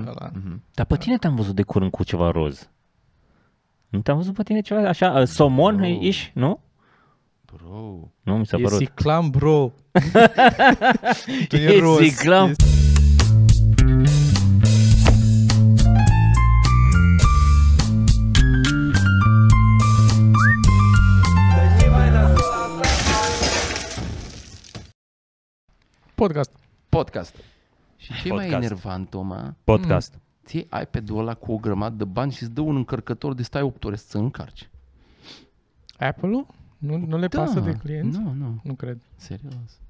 ăla. Dar pe tine te-am văzut de curând cu ceva roz. Nu te-am văzut pe tine ceva așa, uh, somon Nu. ești, nu? Bro. Nu mi s-a E părut. ciclam, bro. tu e E roz. ciclam. E- Podcast. Podcast. Și ce mai Podcast. enervant, Toma, Podcast. Mm. ți iei iPad-ul ăla cu o grămadă de bani și îți dă un încărcător de stai 8 ore să încarci. Apple-ul? Nu, nu le Da. pasă de clienți? Da. Nu, nu, Nu cred. serios.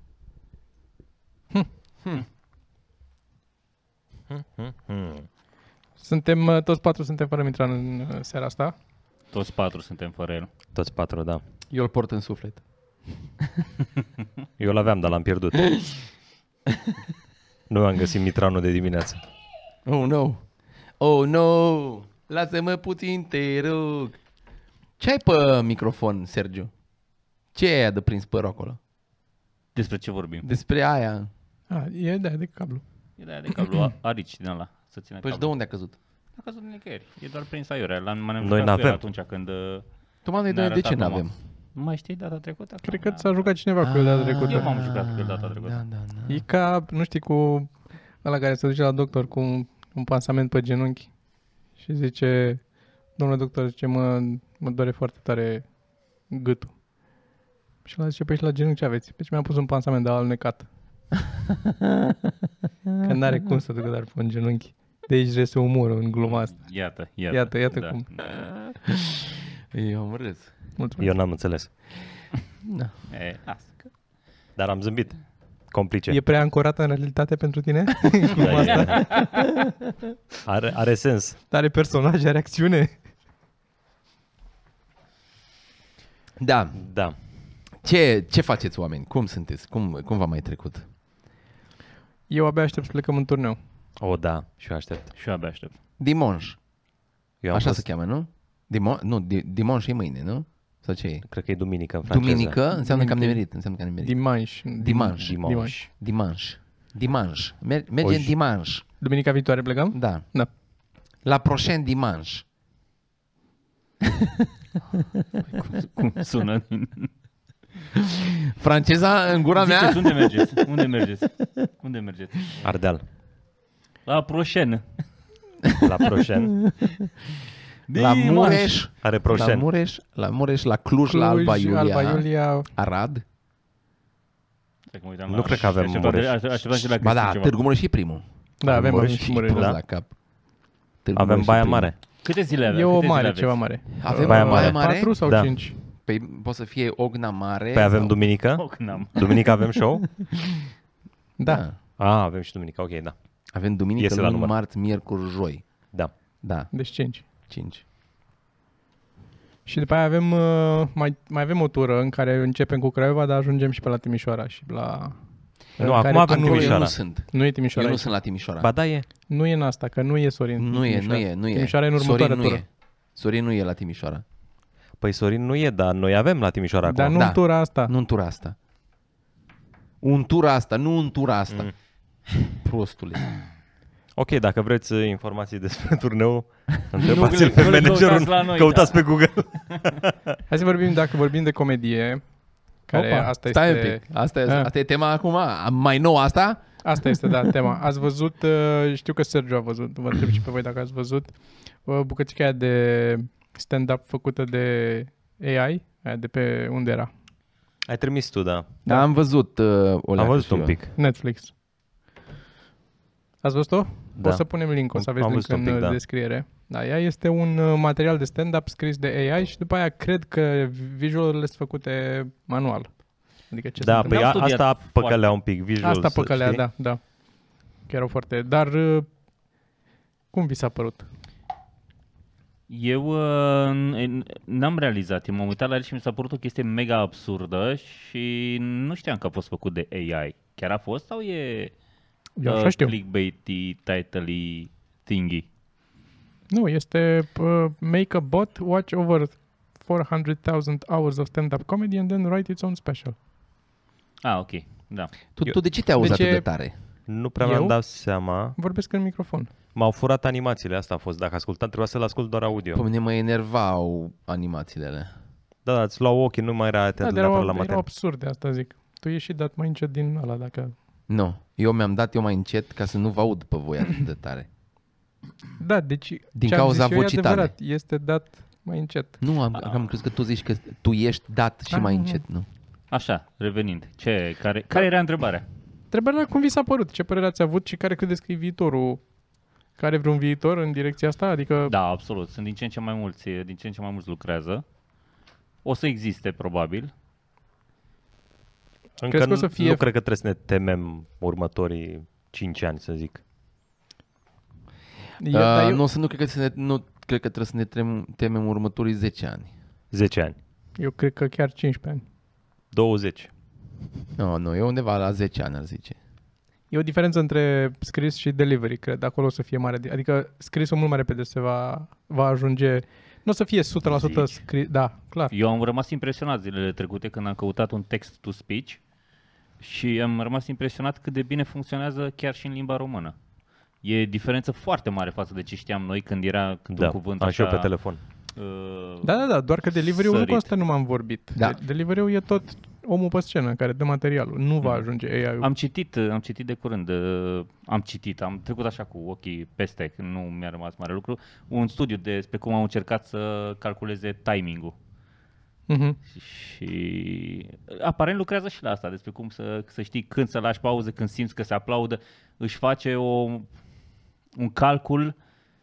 Suntem, uh, toți patru suntem fără Mitran în uh, seara asta. Toți patru suntem fără el. Toți patru, da. Eu îl port în suflet. Eu l-aveam, dar l-am pierdut. nu am găsit Mitranul de dimineață. Oh, no. Oh, no. Lasă-mă puțin, te rog. Ce ai pe microfon, Sergiu? Ce e aia de prins părul acolo? Despre ce vorbim? Despre aia. A, e da, de cablu. E de aia de cablu arici din ăla. Să țină Păi și de cablu. unde a căzut? A căzut din nicăieri. E doar prins aiurea. L-am manevrat Noi cu el n-avem. atunci când... uh, Toma, Ne-a noi de, de arătat ce nu Toma. avem? Nu mai știi data trecută? da. Cred că ți-a jucat cineva cu el data Ah. Eu trecută. m-am jucat cu el data trecută. Da, da, da. E ca, nu știi, cu ăla care se duce la doctor cu un, un pansament pe genunchi și zice, domnule doctor, zice, mă, mă doare foarte tare gâtul. Și la zice, păi și la genunchi ce aveți? Deci mi-am pus un pansament, dar alunecat. că n-are cum să ducă dar pe un genunchi. De aici rese umorul în gluma asta. Iată, iată. Da, Iată, iată cum. Eu am râs. Mulțumesc. Eu n-am înțeles. Da. E, las că- Dar am zâmbit. Complice. E prea ancorată în realitate pentru tine? Da, e- Are, are sens. Are personaj, are acțiune? Da. Da. Ce, ce faceți oameni? Cum sunteți? Cum, cum v-a mai trecut? Eu abia aștept să plecăm în turneu. O, da. Și eu aștept. Și eu abia aștept. Dimonj. Eu am Așa fost, se cheamă, nu? Dimon, nu, di, Dimonj e mâine, nu? Sau ce e? Cred că e duminică în franceză. Duminică înseamnă că am Duminică. nimerit. Înseamnă că am nimerit. Dimanș. Dimanj. Dimanche. Dimanj. Dimanj. Mer- merge Oj. în dimanj. Duminica viitoare plecăm? Da. Da. La prochain dimanj. Cum sună? din- Franceza în gura mea? Ziceți unde mergeți? Unde mergeți? Unde mergeți? Ardeal. La Proșen. La Proșen. La Dimanche. Mureș. Are La Proșen. Mureș, la Mureș, la Cluj, la Alba Iulia, Alba Iulia. Arad. Cred că mă uitam Nu la- cred că avem Așteptam de- Mureș. așteptam și la Ba Cristi da, ceva. Târgu Mureș e primul. Da, avem Mureș Mureș și și Mureș. Prost Da. la cap. Târgu Avem Mureș e Baia primul. Mare. Câte zile aveți? E o Câte zile mare, aveți? ceva mare. Avem Baia Mare. 4 sau Da. 5? Păi poate să fie Ogna Mare. Păi avem sau- duminică. Foc n-am. Duminică avem show? Da. A, avem și duminică. Ok, da. Avem duminică, Iese la luni, număr. marți, miercuri, joi. Da. Da, Deci 5. 5. Și după aia avem, uh, mai, mai avem o tură în care începem cu Craiova, dar ajungem și pe la Timișoara și la... Nu, în acum care- avem nu, Eu Timișoara. nu sunt. Nu e Timișoara. Eu aici. nu sunt la Timișoara. Ba da, e. nu e în asta, că nu e Sorin. nu e, nu Timișoara. e, nu e. Timișoara e în următoarea Sorin nu tură. e. Sorin nu e la Timișoara. Păi Sorin nu e, dar noi avem la Timișoara Dar acum. nu Da. în tura asta. Nu în tura asta. Un tura asta, nu în tura asta. Mm. Prostule. Ok, dacă vreți uh, informații despre turneu, le- întrebați-l nu pe le căutați la managerul, noi, căutați da. pe Google. Hai să vorbim, dacă vorbim de comedie, care Opa, asta stai este... un pic. Asta e, Ah. asta e tema acum? Am Mai nou asta? Asta este, da, tema. Ați văzut, uh, știu că Sergiu a văzut, vă întreb și pe voi dacă ați văzut, uh, bucățica aia de stand-up făcută de AI, aia de pe unde era? Ai trimis tu, da. Da, am văzut uh, o Am văzut un pic. Netflix. Ați văzut-o? Da. O să punem link, o să Am- aveți am link văzut un în pic, uh, da. descriere. Da, ea este un uh, material de stand-up scris de AI și după aia cred că visualurile sunt făcute manual. Adică ce se Da, întâmplă? păi N-am a- studiat asta foarte- păcălea un pic, visual. Asta să păcălea, știi. da, da. Chiar au foarte... Dar uh, cum vi s-a părut? Eu uh, n- n-am realizat, eu m-am uitat la el și mi s-a părut o chestie mega absurdă și nu știam că a fost făcut de AI. Chiar a fost sau e uh, Eu așa știu. clickbaity, title thingy? Nu, este uh, make a bot, watch over 400,000 hours of stand-up comedy and then write its own special. Ah, ok, da. Tu, tu de ce te-ai De auzit ce- atât de tare? Nu prea Eu? mi-am dat seama. Vorbesc în microfon. M-au furat animațiile, asta a fost. Dacă ascultam, trebuia să-l ascult doar audio. Pe Păi, mine mă enervau animațiile alea. Da, da, îți luau ochii, nu mai era Da, atent dar da, neapărat erau, la erau material. absurde, asta zic. Tu ieși dat mai încet din ăla, dacă... Nu, eu mi-am dat eu mai încet ca să nu vă aud pe voi atât de tare. Da, deci Din ce am cauza zis eu e vocii tale. adevărat, este dat mai încet. Nu, am, am crezut că tu zici că tu ești dat și Ah, mai nu, nu. încet, nu. Așa, revenind. Ce, care, care era întrebarea? Întrebarea era cum vi s-a părut, ce părere ați avut și care credeți că e viitorul? Care vreun viitor în direcția asta? Adică Da, absolut. Sunt din ce în ce mai mulți, din ce în ce mai mulți lucrează. O să existe, probabil. Încă Crezi că o să nu- fie- Nu cred că trebuie să ne temem următorii 5 ani, să zic. e- dar Uh, nu, o să nu cred că, să ne, nu cred că trebuie să ne trem, temem următorii 10 ani. 10 ani. eu cred că chiar 15 ani. 20. Nu, no, nu, eu undeva la 10 ani ar zice. E o diferență între scris și delivery, cred. Acolo o să fie mare. Adică scrisul mult mai repede se va, va ajunge... Nu o să fie 100% Zici? scris. Da, clar. Eu am rămas impresionat zilele trecute când am căutat un text to speech și am rămas impresionat cât de bine funcționează chiar și în limba română. E diferență foarte mare față de ce știam noi când era când da, un cuvânt am așa, și eu pe telefon. uh, Da, da, da, doar că delivery-ul nu Sărit. constă numai în vorbit. Da. De- Delivery-ul e tot omul pe scenă care dă materialul. Nu va ajunge AI-ul. Mm. Am citit, am citit de curând, uh, am citit, am trecut așa cu ochii peste, că nu mi-a rămas mare lucru, un studiu despre cum au încercat să calculeze timing-ul. Mhm. Și aparent lucrează și la asta, despre cum să, să știi când să lași pauză, când simți că se aplaudă, își face o, un calcul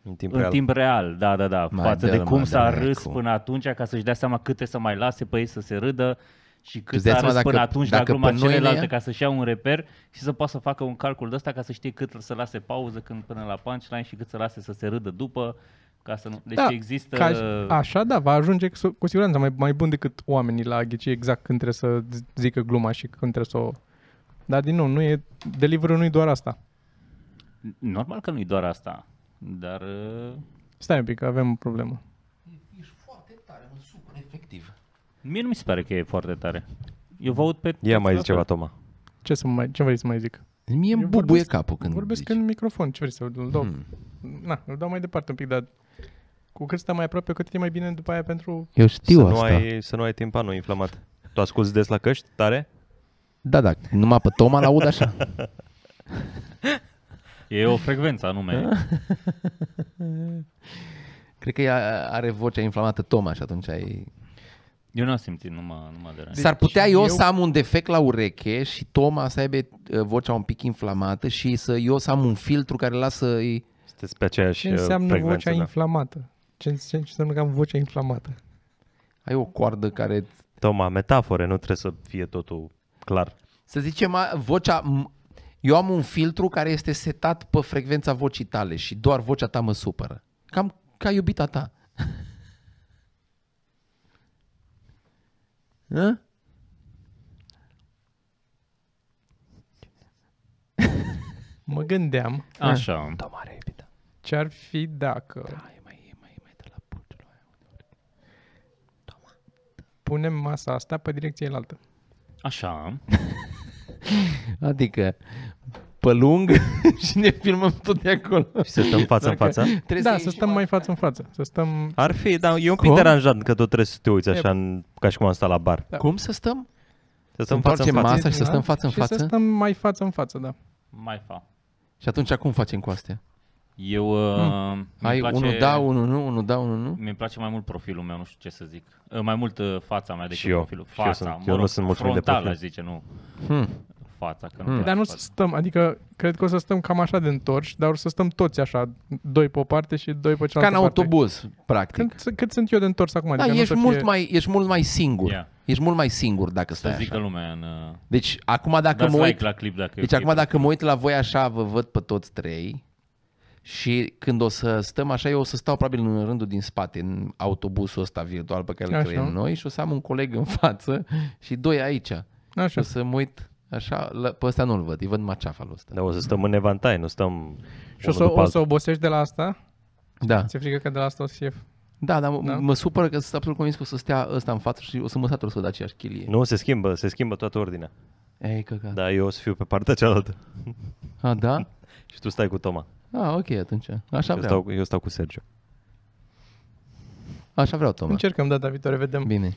În timp în real. timp real, da, da, da, Mai față de dă-l, cum mă, s-a dracu. râs până atunci ca să-și dea seama câte să mai lase pe ei să se râdă și cât Îți dai s-a seama râs până dacă- atunci la dacă gluma pe noi ne celelalte ia? ca să-și ia un reper și să poată să facă un calcul de ăsta ca să știe cât să lase pauză când până la punchline și cât să lase să se râdă după ca să nu... Deci da, există... Ca, așa, da, va ajunge cu- cu siguranță mai, mai bun decât oamenii la a ghici exact când trebuie să z- zică gluma și când trebuie să o... Dar, din nou, nu e, delivery nu e doar asta. Normal că nu-i doar asta, dar... uh, Stai un pic, că avem o problemă. Ești foarte tare, mă supăr, efectiv. Mie nu mi se pare că e foarte tare. Eu vă aud pe... Ia mai zi ceva, Toma. Ce, să mai, ce vrei să mai zic? Mie îmi Eu bubuie vorbesc- capul când Vorbesc zici. în microfon, ce vrei să îl dau? Hmm. Na, îl dau mai departe un pic, dar cu cât stai mai aproape, cu atât e mai bine după aia pentru... Eu știu să, asta. Nu ai, să nu ai timpanul inflamat. Tu asculti des la căști, tare? Da, da, numai pe Toma l-aud așa. E o frecvență anume. Cred că ea are vocea inflamată Toma și atunci ai... Eu nu am simțit numai, numai de S-ar putea eu, Deci eu- să am un defect la ureche și Toma să aibă uh, vocea un pic inflamată și să eu să am un filtru care lasă... Sunteți pe aceeași Ce uh, înseamnă frecvență, vocea da. inflamată? Ce, ce, ce înseamnă că am vocea inflamată? Ai o coardă care... Toma, metafore, nu trebuie să fie totul clar. Să zicem, a, vocea... m- Eu am un filtru care este setat pe frecvența vocii tale și doar vocea ta mă supără. Cam ca iubita ta. Hă? Mă gândeam Așa. Toma are Da, iubita. ce ar fi dacă... Da, e mai, e mai, e mai de la pultul ăla. punem masa asta pe direcția elaltă. Așa. Adică pe lung și ne filmăm tot de acolo. Și să stăm față în Dacă- față. Trebuie Da, ieși să stăm mai față în față. Să stăm... Ar fi, dar e un pic Cum? deranjant că tot trebuie să te uiți așa, în, ca și cum am stat la bar. Da. Cum să stăm? Să stăm față în Întoarcem față. masa și să stăm față în și față? să stăm mai față în față, da. Mai fa. Și atunci cum facem cu astea? Eu... Hmm. Uh, mi Ai place, unul da, unul nu, unul da, unul nu? Mi-mi place mai mult profilul meu, nu știu ce să zic. Uh, Mai mult uh, fața mea decât Și eu. profilul. Și eu Fața. sunt- mă eu nu rog, sunt mulțumit de frontal, profil. aș zice, nu Hmm. fața. Că nu Dar nu să stăm, adică cred că o să stăm cam așa de întorși, dar o să stăm toți așa, doi pe o parte și doi pe Ca în cealaltă parte. autobuz, practic. Când, s- cât sunt eu de întors acum? da, adică nu o ești, să mult fie... mai, ești mult mai singur. Ia. Ești mult mai singur dacă Să stai zică așa. lumea în... uh, Deci acum dacă Dați mă uit... like la clip dacă e Deci ok. acum dacă mă uit la voi așa, vă văd pe toți trei și când o să stăm așa, eu o să stau probabil în rândul din spate, în autobusul ăsta virtual pe care îl Așa. creăm noi și o să am un coleg în față și doi aici. Și Așa. o să mă uit așa, la- pe ăsta nu-l văd, îi văd maceafalul ăsta. Da, o să stăm în evantai, nu stăm Și o să, unul după o să altul. obosești de la asta? Da, Ți-e frică că de la asta o să fie... da, dar mă, Da. mă supără că sunt absolut convins că o să stea ăsta în față și o să mă satur să văd aceeași chilie. Nu, se schimbă, se schimbă toată ordinea. Ei, căcat. Da, eu o să fiu pe partea cealaltă. A, da? Și tu stai cu Toma. A, ok, atunci. Așa Eu vreau. stau, eu stau cu Sergio. Așa vreau, Toma. Încercăm data viitoare, vedem. Bine.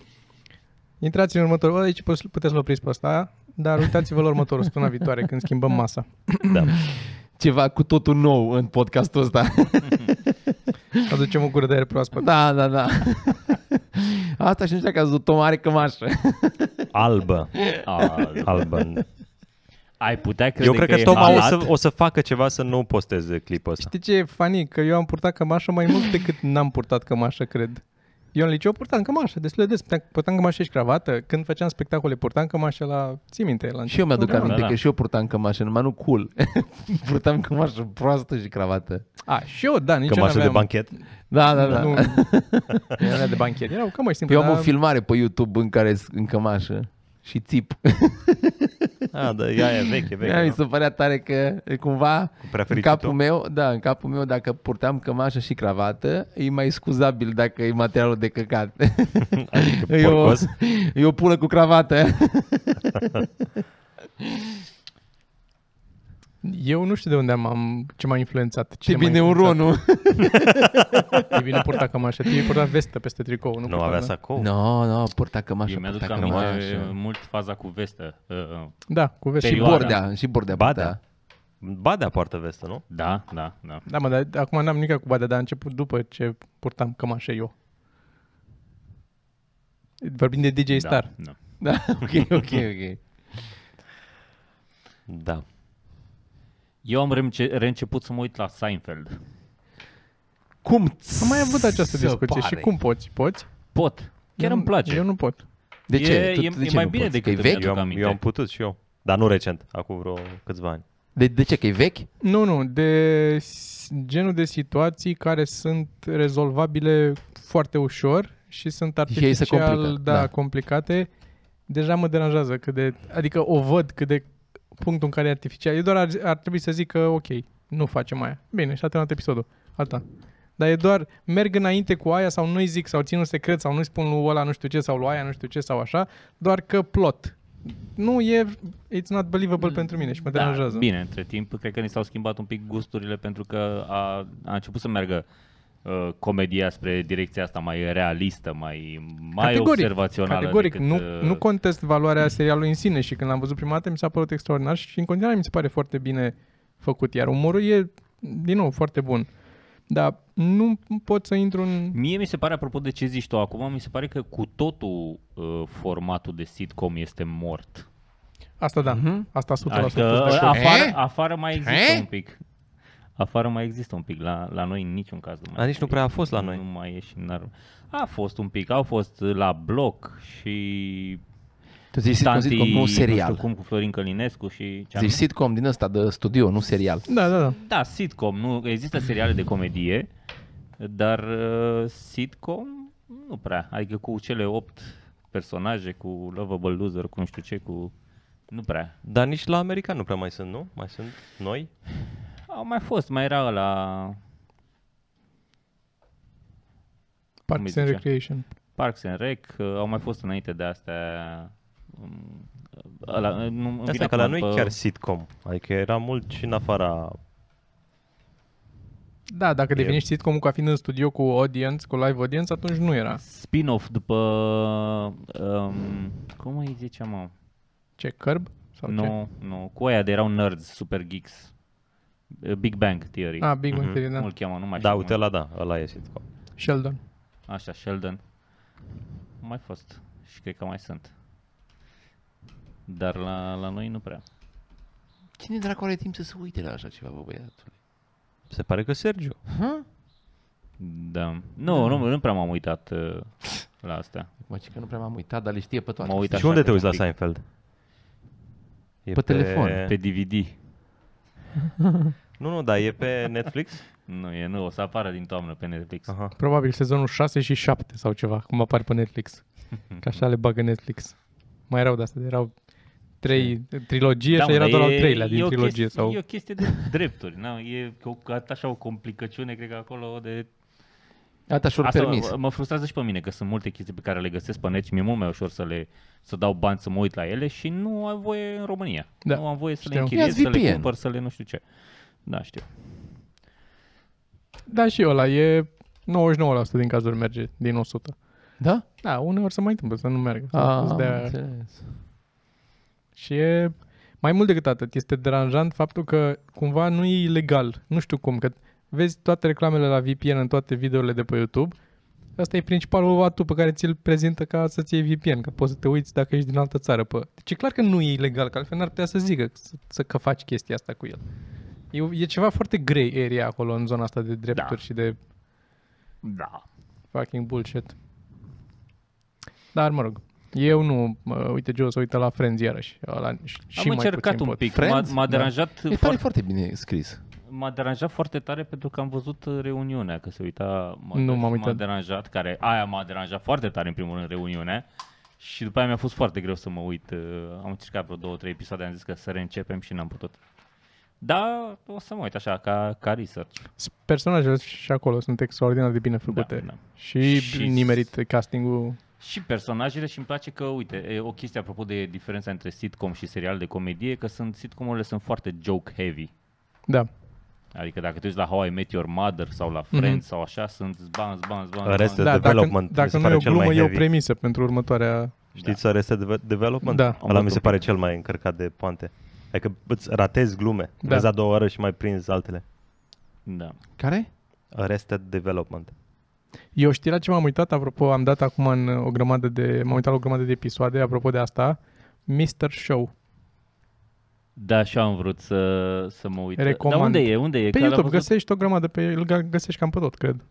Intrați în următorul, aici pu- puteți să-l opriți pe ăsta, dar uitați-vă la următorul, săptămâna viitoare, când schimbăm masa. Da. Ceva cu totul nou în podcastul ăsta. Aducem o gură de aer proaspăt. da, da, da. Asta și nu știu dacă ați văzut, Toma are cămașă. Albă. Al- Albă. Ah, Ai putea crede eu cred că, e Toma o halat? să, o să facă ceva să nu posteze clipul ăsta. Știi ce e funny? Că eu am purtat cămașă mai mult decât n-am purtat cămașă, cred. Eu în liceu purtam cămașă, destul de des. Puteam, purtam cămașă și cravată. Când făceam spectacole, purtam cămașă la... Ții minte? La Și eu mi-aduc început? aminte da. că și eu purtam cămașă, numai nu cool. purtam cămașă proastă și cravată. A, și eu, da, nici eu Cămașă de n-aveam- banchet. Da, da, da. Nu, era de banchet. Erau cam mai simplu. Eu am o Da. dar- filmare pe YouTube în care sunt în cămașă și țip. A, da, ea e veche, Aia da. Mi da. veche. se părea tare că e cumva în preferitul capul tău? meu, da, în capul meu dacă purtam cămașă și cravată, e mai scuzabil dacă e materialul de căcat. nu? Adică E o, porcos. e o pulă cu cravată. Eu nu știu de unde am, am ce m-a influențat. Ce Cine m-a bine un exact? influențat. ronu. Oh. Tibi nu purta cămașă, Tibi purta vestă peste tricou. Nu, Nu purta, avea da. sacou. Nu, nu, purta cămașă, Eu mi-aduc purta aminte cămașă. mult faza cu vestă. Uh, uh, Da, cu vestă. Și Perioada. bordea, și bordea Ba purta. da. Ba da, poartă vestă, nu? Da, da, da. Da, mă, dar acum n-am nimic cu badea, dar a început după ce purtam cămașă eu. Vorbim de DJ Star. Da, da. Da, ok, ok, ok. Da. Eu am reînce- reînceput să mă uit la Seinfeld. Cum Am mai avut această se discuție pare? și cum poți? Poți? Pot. Chiar Eu- îmi place. Eu nu pot. De ce? E- Tu- e- de e ce mai nu bine poți? decât Că îmi e vechi? aduc Eu am, aminte. eu am putut și eu. Dar nu recent, acum vreo câțiva ani. De, de ce? Că e vechi? Nu, nu, de s- genul de situații care sunt rezolvabile foarte ușor și sunt ei se complică, artificial da, da. da. complicate, deja mă deranjează cât de... Adică o văd cât de punctul în care e artificial. Eu doar ar, ar trebui să zic că ok, nu facem aia. Bine, și atât episodul. Alta. Dar e doar merg înainte cu aia sau nu-i zic sau țin un secret sau nu-i spun lui ăla nu știu ce sau lui aia nu știu ce sau așa, doar că plot. Nu e... It's not believable pentru mine și mă deranjează. Da, bine, între timp, cred că ni s-au schimbat un pic gusturile pentru că a, a început să meargă uh, comedia spre direcția asta mai realistă, mai, mai observațională. Categoric, decât, nu, uh, nu contest valoarea serialului în sine și când l-am văzut prima dată mi s-a părut extraordinar și în continuare mi se pare foarte bine făcut, iar umorul e, din nou, foarte bun. Dar nu pot să intru în... Mie mi se pare, apropo de ce zici tu acum, mi se pare că cu totul uh, formatul de sitcom este mort. Asta da, asta 100% sunt Adică de acord. afară, E? afară mai există E? un pic. Afară mai există un pic, la, la noi în niciun caz nu mai A, nici nu prea a fost la Nu noi. mai e și n-ar... A fost un pic, au fost la bloc și Tu zici sitcom, Tanti, sitcom, nu Nu serial. știu cum, cu Florin Călinescu și... ce Zici anume. sitcom din ăsta de studio, nu serial. Da, da, da. Da, sitcom. Nu, există seriale de comedie, dar uh, sitcom nu prea. Adică cu cele 8 personaje, cu lovable loser, cu nu știu ce, cu... Nu prea. Dar nici la american nu prea mai sunt, nu? Mai sunt noi? Au mai fost, mai era la îi Parks and zicea? Recreation. Parks and Rec, uh, au mai fost înainte de astea... um, Ăla, nu, îmi vine Asta că la acum noi pe- chiar sitcom. Adică era mult și în afara... Da, dacă definești sitcom ca fiind în studio cu audience, cu live audience, atunci nu era. Spin-off după... Um, cum îi zicea, mă? Ce, cărb? Sau nu, ce? nu. Cu aia de erau nerds, super geeks. Uh, Big Bang Theory. Ah, Big Bang Theory, da. da. Cum îl cheamă, nu mai Da, știu uite cum. ăla, da, ăla e sitcom. Sheldon. Așa, Sheldon. Au Mai fost și cred că mai sunt. Dar la, la noi nu prea. Cine dracu are timp să se uite la așa ceva, bă, băiatul? Se pare că Sergio. Da. Nu, nu, nu prea m-am uitat uh, la astea. Mă, ce că nu prea m-am uitat, dar le știe pe toate. M-am uitat și unde așa te uiți câte la un pic. Seinfeld? E Pe telefon. Da. Pe DVD. Nu, nu, dar e pe Netflix? Nu, e nu, o să apară din toamnă pe Netflix. Aha. Probabil sezonul 6 și 7 sau ceva, cum apar pe Netflix. Că așa le bagă Netflix. Mai erau de astea, erau trei trilogie și Da, mă, era dar doar al e- treilea e din o trilogie. chestie- Sau... E o chestie de drepturi, na? e o, așa o complicăciune, cred că acolo de Atâta și Asta permis. mă, mă frustrează și pe mine că sunt multe chestii pe care le găsesc pe net și mi-e mult mai ușor să le să dau bani să mă uit la ele și nu am voie în România. Da, nu am voie să știu. le închiriez, Ia-ți să le VPN. cumpăr, să le nu știu ce. Da, știu. Da, și ăla e 99% din cazuri merge, din 100. Da? Da, uneori se mai întâmplă să nu meargă. să Ah, îți am dea- înțeles. Și e mai mult decât atât. Este deranjant faptul că cumva nu e legal. Nu știu cum, că vezi toate reclamele la VPN în toate videourile de pe YouTube. Asta e principalul atu pe care ți-l prezintă ca să-ți iei VPN, că poți să te uiți dacă ești din altă țară. Pe... Deci e clar că nu e ilegal, că altfel n-ar putea să zică să, să că faci chestia asta cu el. E, e ceva foarte grey area acolo în zona asta de drepturi Da. și de Da. fucking bullshit. Dar mă rog, eu nu, mă, uite Joe se uită la Friends iarăși. Ăla, și Am mai încercat puțin un pot. pic. M-a, Friends? m-a Da. deranjat E tare foarte foarte bine scris. M-a deranjat foarte tare pentru că am văzut uh, reuniunea, că se uita... mă- Nu și m-am M-a uitat. deranjat, care aia m-a deranjat foarte tare în primul rând reuniunea și după aia mi-a fost foarte greu să mă uit. uh, Am încercat vreo două, trei episoade, am zis că să reîncepem și n-am putut. Da, o să mă uit așa, ca, ca research. Personajele și acolo sunt extraordinar de bine făcute. da. Și, Și- nimerit castingul. Și personajele și îmi place că, uite, e o chestie apropo de diferența între sitcom și serial de comedie, că sunt sitcomurile sunt foarte joke heavy. Da. Adică dacă te uiți la How I Met Your Mother sau la Mhm. Friends mm-hmm. sau așa, sunt zban, zban, zban, Arrested da dacă, Development mi dacă se nu pare e o cel mai glumă, e o heavy. premisă pentru următoarea... Știți da. Arrested Deve- Development? Da. Am Ăla mi văzut se un pare cel mai încărcat de poante. Adică îți ratezi glume, Da. da. vezi a doua oară și mai prinzi altele. Da. Care? Arrested Development. Eu știi la ce m-am uitat, apropo, am dat acum în o grămadă de... M-am uitat la o grămadă de episoade, apropo de asta, Mr. Show. Da, și eu am vrut să, să mă uit. Recomand. Dar unde e? Unde e? Pe Că l-am YouTube văzut- găsești o grămadă, pe el gă- găsești cam pe tot, cred.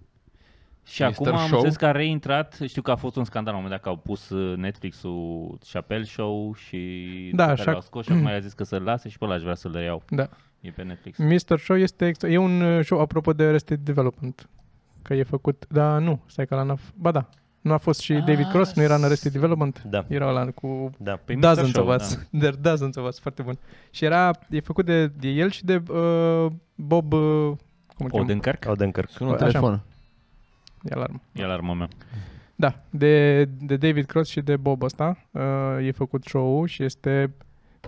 Și Mr. acum am Show? înțeles că a reintrat, știu că a fost un scandal la un moment dat că au pus uh, Netflix-ul Chappelle Show și Da, pe care așa- l-au scos și acum i-a zis că să-l lase și pe ăla aș vrea să-l reiau. Da. E pe Netflix. Mr. Show este... Extra... E un uh, show, apropo de Arrested Development. Că e făcut... Da, nu, stai că la n-a... f- Ba da, nu a fost și David Cross, nu era în Arrested Development? Da. Era ăla cu Da. Păi Mr. Dozens Show, of Us. Da. There Dozens of Us, foarte bun. Și era, e făcut de, de el și de uh, Bob, uh, cum îl Da. cheamă? Odenkirk? Odenkirk. Sună Așa. telefon. E alarmă. E alarma mea. Da, de, de David Cross și de Bob ăsta uh, e făcut show-ul și este,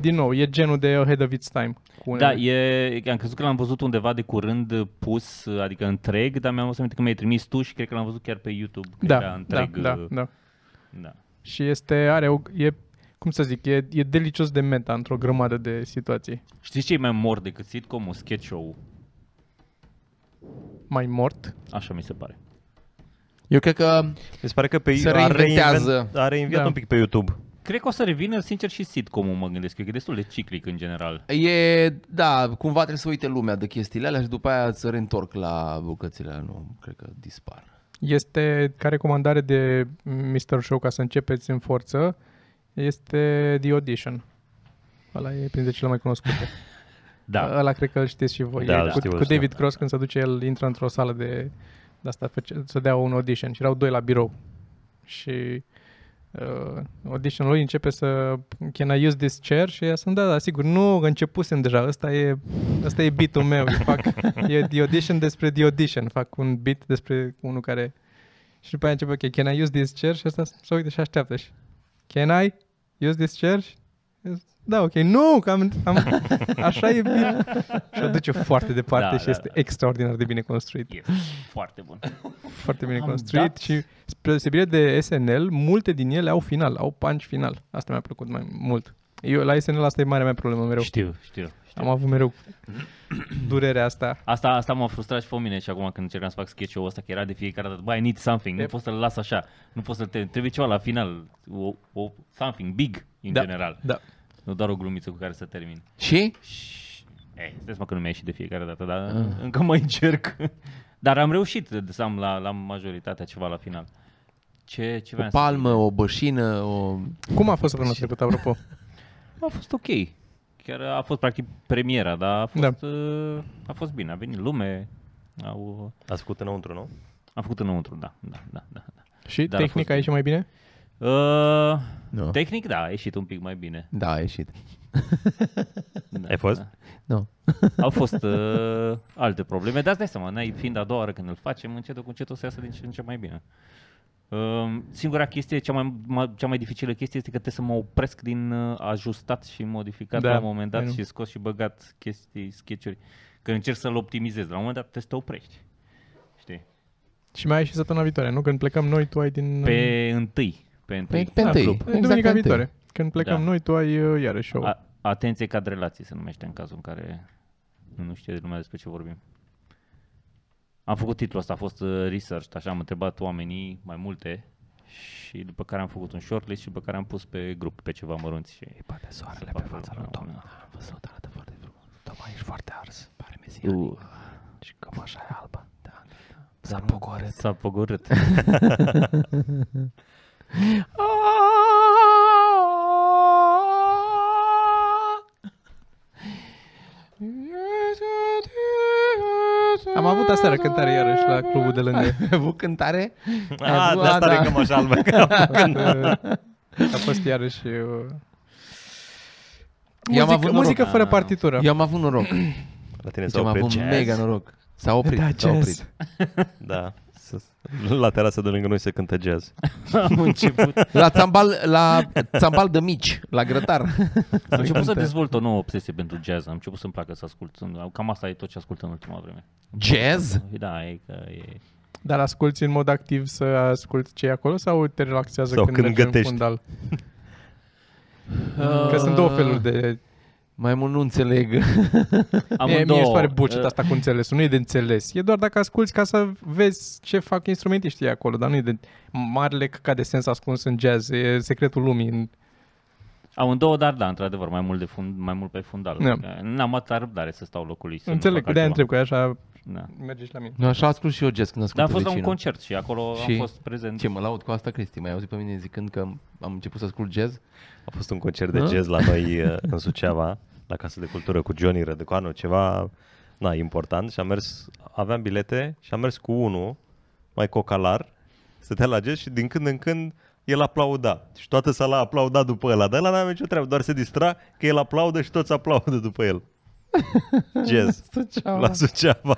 din nou, e genul de Ahead of its time. Cu Da, unele- e, am crezut că l-am văzut undeva de curând uh, pus, adică întreg, dar mi-am adus aminte că mi-ai trimis tu și cred că l-am văzut chiar pe YouTube. că era da, da, întreg, da, uh, da. da. Și este, are, o, e, cum să zic, e, e delicios de meta într-o grămadă de situații. Știi ce e mai mor decât sitcom-ul? Sketch show Mai mort, Așa mi se pare. Eu cred că Mi se pare că pe Se a reinvent- reinventează. A reinventat Da. un pic pe YouTube. Cred că o să revină, sincer, și sitcom-ul, mă gândesc. Eu că e destul de ciclic în general. e, da, cumva trebuie să uite lumea de chestiile alea și după aia să reîntorc la bucățile alea, nu cred că dispar. Este, ca recomandare de Mr. Show, ca să începeți în forță, este The Audition. Ăla e printre cele mai cunoscute. Da. Ăla cred că îl știți și voi. Da, E îl cu, știu, îl cu știu. David Cross, când se duce, el intră într-o sală de... de asta face, să dea un audition. Și erau doi la birou. Și uh, auditionul lui începe să... Can I use this chair? Și ea sunt, da, da, sigur, nu, că începusem deja. Ăsta e, ăsta e beat-ul meu. Eu fac, e The Audition despre The Audition. Fac un beat despre unul care... Și după aia începe, ok, can I use this chair? Și asta se uită și așteaptă. Și, can I use this chair? Și, Da, ok, nu, că am, am, așa e bine. Și o duce foarte departe Da, și da, este da. extraordinar de bine construit. E foarte bun. Foarte bine Am construit dat. și spre deosebire de SNL, multe din ele au final, au punch final. Asta mi-a plăcut mai mult. Eu, la SNL asta e marea mea problemă mereu. Știu, știu. știu. Am avut mereu durerea asta. Asta, asta m-a frustrat și pe mine și acum când încercam să fac sketch-ul ăsta, că era de fiecare dată, băi, I need something, nu pot să-l las așa, nu pot să te... Trebuie ceva la final, o, o something big, în Da, general. Da. Nu doar o glumiță cu care să termin. Și? Și... Eh, stai seama că nu mi-a ieșit de fiecare dată, dar încă mai încerc. dar am reușit să am la, la majoritatea ceva la final. Ce, ce O vreau să zic? palmă, o bășină, o... Cum a fost săptămâna trecută, apropo? A fost ok. Chiar a fost practic premiera, dar a fost, da. a fost bine. A venit lume, au, Ați făcut înăuntru, nu? am făcut înăuntru, da, da, da, da. da. Și Dar a tehnica fost ieșe mai bine? Uh, Nu. Tehnic, da, a ieșit un pic mai bine. Da, a ieșit. Da, Ai fost? Da. Nu. Au fost uh, alte probleme, dar îți dai seama, n-ai, fiind a doua oară când îl facem, încetul cu încetul o să iasă din ce în ce mai bine. Uh, singura chestie, cea mai, ma, cea mai dificilă chestie este că trebuie să mă opresc din uh, ajustat și modificat Da, da, la un moment I dat know. și scos și băgat chestii, sketch-uri, că încerc să-l optimizez. La un moment dat trebuie să te oprești. Știi? Și mai ai și săptămâna viitoare, nu? Când plecăm noi, tu ai din... Pe întâi. Pe întâi. Pe, Păi, pe la întâi. club. E Exact, duminica pe viitoare. Când plecăm Da. noi, tu ai uh, iarăși show. A, atenție cadre relații se numește în cazul în care nu știe de lumea despre ce vorbim. Am făcut titlul ăsta, a fost uh, research, așa am întrebat oamenii mai multe și după care am făcut un shortlist și după care am pus pe grup pe ceva mărunți și Uh, Bate soarele se pe fac fața acolo, lui Tom. una. Am văzut, arată foarte frumos. Toma, ești foarte ars. Pare mesianic. Uh, Și cămașa e albă. Da. S-a pogorât. s-a pogorât. Am avut aseară cântare iarăși la clubul de lângă. Ai avut cântare? Ah, de asta da. e cămașa albă. că- Că A fost iarăși... Uh, Eu am muzică, avut noroc. muzică fără partitură. Eu am avut noroc. La tine Deci s-a am oprit avut jazz. mega noroc. S-a oprit, Da, s-a jazz. oprit. Da. S- La terasă de lângă noi se cântă jazz. am început, La țambal, la țambal de mici, la grătar. am început să dezvolt o nouă obsesie pentru jazz, am început să-mi placă să ascult. Cam asta e tot ce ascult în ultima vreme. Jazz? Da, e că e... Dar asculti în mod activ să asculti ce e acolo sau te relaxează Sau când, când mergi gătești. în fundal? Că sunt Uh. două feluri de... Ah, Mai mult nu înțeleg. Mie, mie îmi pare bucet uh, asta cu înțelesul. Nu e de înțeles. E doar dacă asculti ca să vezi ce fac instrumentiștii acolo. Dar nu e de marele ca de sens ascuns în jazz. E secretul lumii. în- Amândouă, dar da, într-adevăr, mai mult, de fund, mai mult pe fundal. Da. Că N-am atâta răbdare să stau locului. Să nu Înțeleg, fac de aia altceva. întreb, că așa Da. merge și la mine. Nu, așa ascult și eu jazz când Dar ascult am fost la un vecinul. concert și acolo și Și? am fost prezent. Ce, mă laud cu asta, Cristi? Mai auzit pe mine zicând că am început să ascult jazz? A fost un concert de jazz la noi uh, în Suceava, la Casa de Cultură cu Johnny Rădăcoanu, ceva na, important și am mers, aveam bilete și am mers cu unul, mai cocalar, stătea la jazz și din când în când el aplauda. Și toată sala aplauda după ăla, dar ăla n-avea nicio treabă, doar se distra că el aplaudă și toți aplaudă după el. Jazz. La Suceava.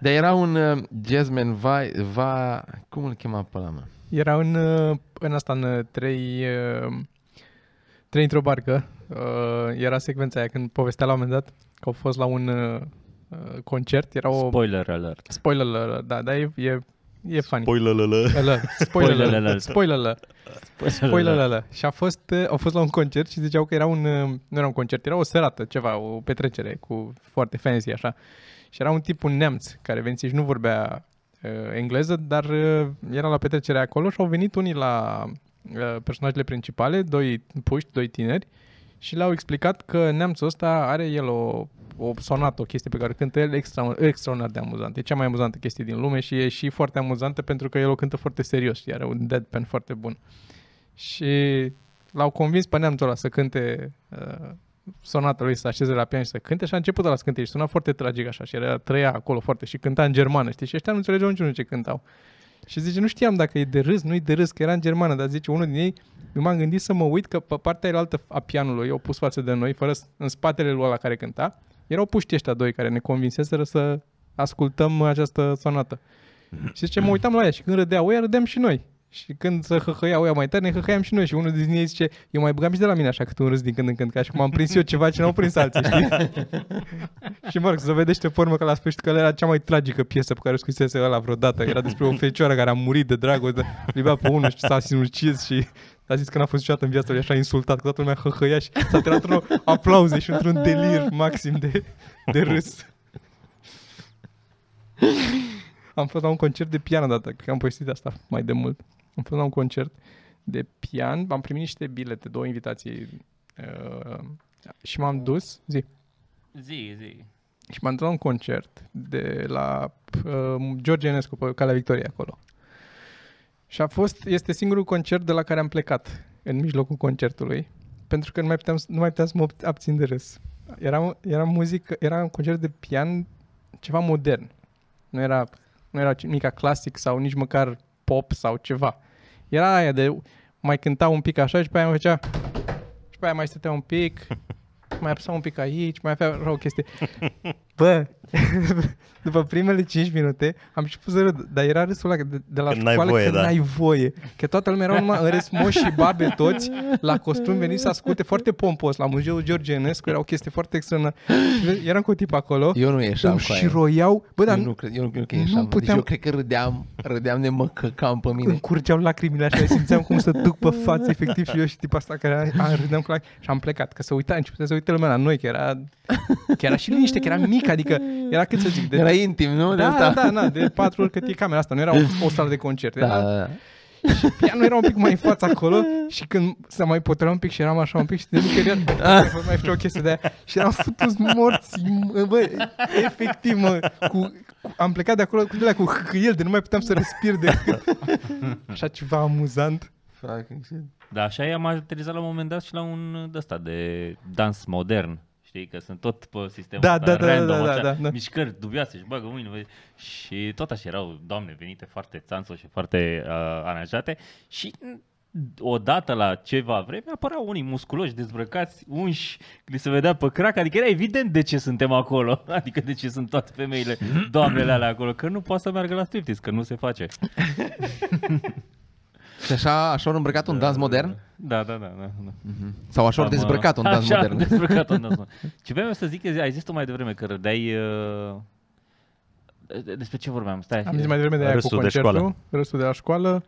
Dar era un uh, jazzman, va, va, cum îl chema pe ăla, mă? Era în, uh, în asta, în uh, trei, uh, trei într-o barcă. Uh, Era secvența aia când povestea la un moment dat că au fost la un uh, uh, concert. Era o... Spoiler alert. Spoiler, alert, da, da, e, e, e funny. Spoiler Alert, Spoiler, Spoiler alert, alert. spoiler, alert, spoiler, alert. Și a fost, uh, au fost la un concert și ziceau că era un, uh, nu era un concert, era o serată, ceva, o petrecere cu foarte fancy așa. Și era un tip, un neamț, care venise și nu vorbea uh, engleză, dar uh, era la petrecerea acolo și au venit unii la uh, personajele principale, doi puști, doi tineri, și le-au explicat că neamțul ăsta are el o, o sonată, o chestie pe care o cântă el extra, extraordinar de amuzantă. E cea mai amuzantă chestie din lume și e și foarte amuzantă pentru că el o cântă foarte serios și are un deadpan foarte bun. Și l-au convins pe neamțul ăla să cânte uh, sonata lui, să așeze la pian și să cânte și a început la să cânte și suna foarte tragic așa și era trăia acolo foarte și cânta în germană, știi? Și ăștia nu înțelegeau niciunul ce cântau. Și zice, nu știam dacă e de râs, nu e de râs, că era în germană, dar zice, unul din ei, eu m-am gândit să mă uit că pe partea elaltă a pianului, eu pus față de noi, fără s- în spatele lui ăla care cânta, erau puști ăștia doi care ne convinseseră să ascultăm această sonată. Și zice, mă uitam la ea și când râdeau ăia, râdeam și noi. Și când se hăhăiau ea mai tare, ne hăhăiam și noi. Și unul din ei zice, eu mai băgam și de la mine așa câte un râs din când în când, ca și cum am prins eu ceva ce n-au prins alții, știi? și mă rog, să vedește pe urmă că la sfârșit că ăla era cea mai tragică piesă pe care o scrisese ăla vreodată. Era despre o fecioară care a murit de dragoste, îl iubea pe unul și s-a sinucis și a zis că n-a fost niciodată în viața lui așa insultat, că toată lumea hăhăia și s-a terminat într-o aplauze și într-un delir maxim de, de râs. Am fost la un concert de pian odată, că am povestit asta mai de mult. Am fost la un concert de pian, am primit niște bilete, două invitații uh, și m-am dus, zi, Zi, zi. și m-am dus la un concert de la uh, George Enescu pe Calea Victoriei acolo. Și a fost, este singurul concert de la care am plecat în mijlocul concertului, pentru că nu mai puteam, să- nu mai puteam să mă ob- abțin de râs. Era, era muzică, era un concert de pian ceva modern. Nu era, nu era mica clasic sau nici măcar pop sau ceva. Era aia de mai cânta un pic așa și pe aia mai făcea... Și pe aia mai stătea un pic, mai apăsa un pic aici, mai avea așa o chestie. Bă, după primele 5 minute am început să râd, dar era râsul ăla de, de la Când n-ai școală voie, când da. n-ai voie. Că toată lumea era numai în rest moși și babe toți, la costum venit să asculte foarte pompos, la muzeul George Enescu, era o chestie foarte externă. Eram cu un tip acolo, Eu nu ieșeam îmi cu aia. șiroiau, bă, dar eu nu cred, eu nu cred că nu ieșeam. Deci puteam- eu cred că râdeam, râdeam de mă căcam pe mine. îmi curgeau lacrimile așa, simțeam cum să duc pe față efectiv și eu și tipa asta care a, a râdeam cu lacrimi. și am plecat, că se uita, începea să uite lumea la noi, că era, că era și liniște, că era mic, adică era cât să zic, de Era intim, nu? De da, asta. da, da, na, de patru ori cât e camera asta, nu era o, o sală de concert. da, Era, da. pianul era un pic mai în fața acolo și când se mai potrăla un pic și eram așa un pic și de mică eram, mai făcea o chestie de aia și eram futus morți, mă, bă, efectiv, mă, cu, cu, am plecat de acolo cu, de la, cu hâhâiel, de nu mai puteam să respir de așa ceva amuzant. Fucking shit. Da, așa i-am aterizat la un moment dat și la un de ăsta de dans modern. Știi că sunt tot pe sistemul Da, ăsta, da, da, random, da, da, așa, da, da. mișcări dubioase și bagă mâinile vezi. și tot așa erau doamne venite foarte țanțo și foarte uh, aranjate și n- odată la ceva vreme apăreau unii musculoși, dezbrăcați, unși, li se vedea pe crac, adică era evident de ce suntem acolo, adică de ce sunt toate femeile, doamnele alea acolo, că nu poate să meargă la striptease, că nu se face. Și așa, așa au îmbrăcat un dans modern? Da, da, da, da. da. Sau așa au Am, uh, dezbrăcat un așa, dans modern? dezbrăcat un dans modern. Ce vreau să zic, că ai zis tu mai devreme că râdeai... Uh... Despre ce vorbeam? Stai. Am zis mai devreme de aia cu Râsul de concertul, școală. râsul de la școală.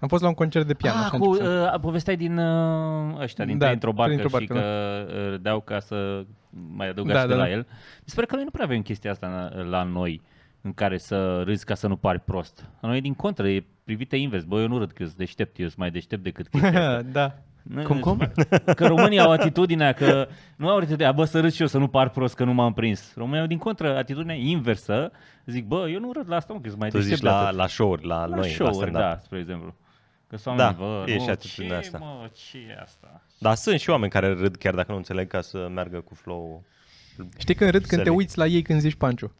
Am fost la un concert de pian. Ah, așa cu, început să- uh, povesteai din uh, ăștia, din Da, da, într-o barcă printr-o și barcă, că uh, râdeau ca să mai adăugați Da, da, de da, la da. el. Mi se pare că noi nu prea avem chestia asta la, la noi, în care să râzi ca să nu pari prost. La noi, din contră, e privită invers. Bă, eu nu râd că sunt deștept, eu sunt mai deștept decât chestia asta. da. Nu, Cum, nu, cum? Că românii au atitudinea că nu au atitudinea, bă, să râd și eu să nu par prost că nu m-am prins. Românii au din contră atitudinea inversă. Zic, bă, eu nu râd la asta, mă, că sunt mai Tu zici deștept de la, atât. la show-uri, la, la noi, la show-uri, stand-up. da, spre exemplu. Că sunt oameni, Da, bă, e nu, și atitudinea ce, asta. Mă, ce e asta? Dar sunt și oameni care râd chiar dacă nu înțeleg ca să meargă cu flow Știi când râd când te Înțeleg. uiți la ei când zici panciu.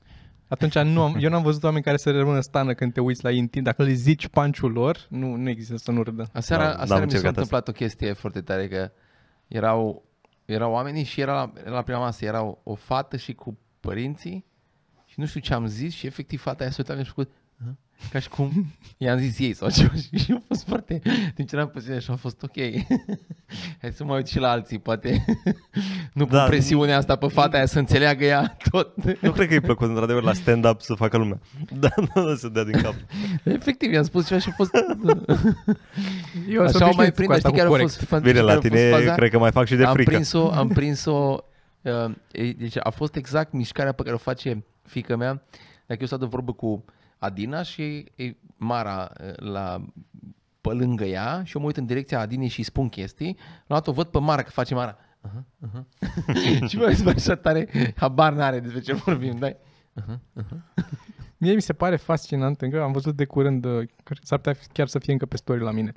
Atunci nu am, eu n-am văzut oameni care să rămână stană când te uiți la ei în timp. Dacă le zici panciul lor, nu, nu există să nu râdă. Aseară, Da, N-am- aseară mi n-am s-a încercat întâmplat o chestie foarte tare că erau, erau oamenii și era la, era la prima masă, erau o fată și cu părinții și nu știu ce am zis și efectiv fata aia s-a uitat la mine și a făcut "Hă?" ca și cum i-am zis ei sau ceva și, și a fost foarte, deci eram pe sine și a fost ok. Hai să mă uit și la alții, poate nu pun Da. presiunea asta pe fata aia să înțeleagă ea tot. Nu cred că e plăcut într-adevăr la stand-up să facă lumea. Da, nu să dea din cap. Efectiv, i-am spus ceva și a fost... Eu Așa au mai prins, știi care a fost... Bine, care la a Deci, fost tine faza? cred că mai fac și de am frică. Prins-o, am prins-o, uh, e- deci a fost exact mișcarea pe care o face fica mea. Dacă eu stau de vorbă cu Adina și e Mara uh, la pe lângă ea și eu mă uit în direcția Adinei și îi spun chestii, la un dat o văd pe Mara că face Mara. Uh-huh, uh-huh. și mă uiți așa tare, habar n-are despre ce vorbim, dai. Mie mi se pare fascinant, încă am văzut de curând, uh, cred că s-ar putea chiar să fie încă pe story la mine.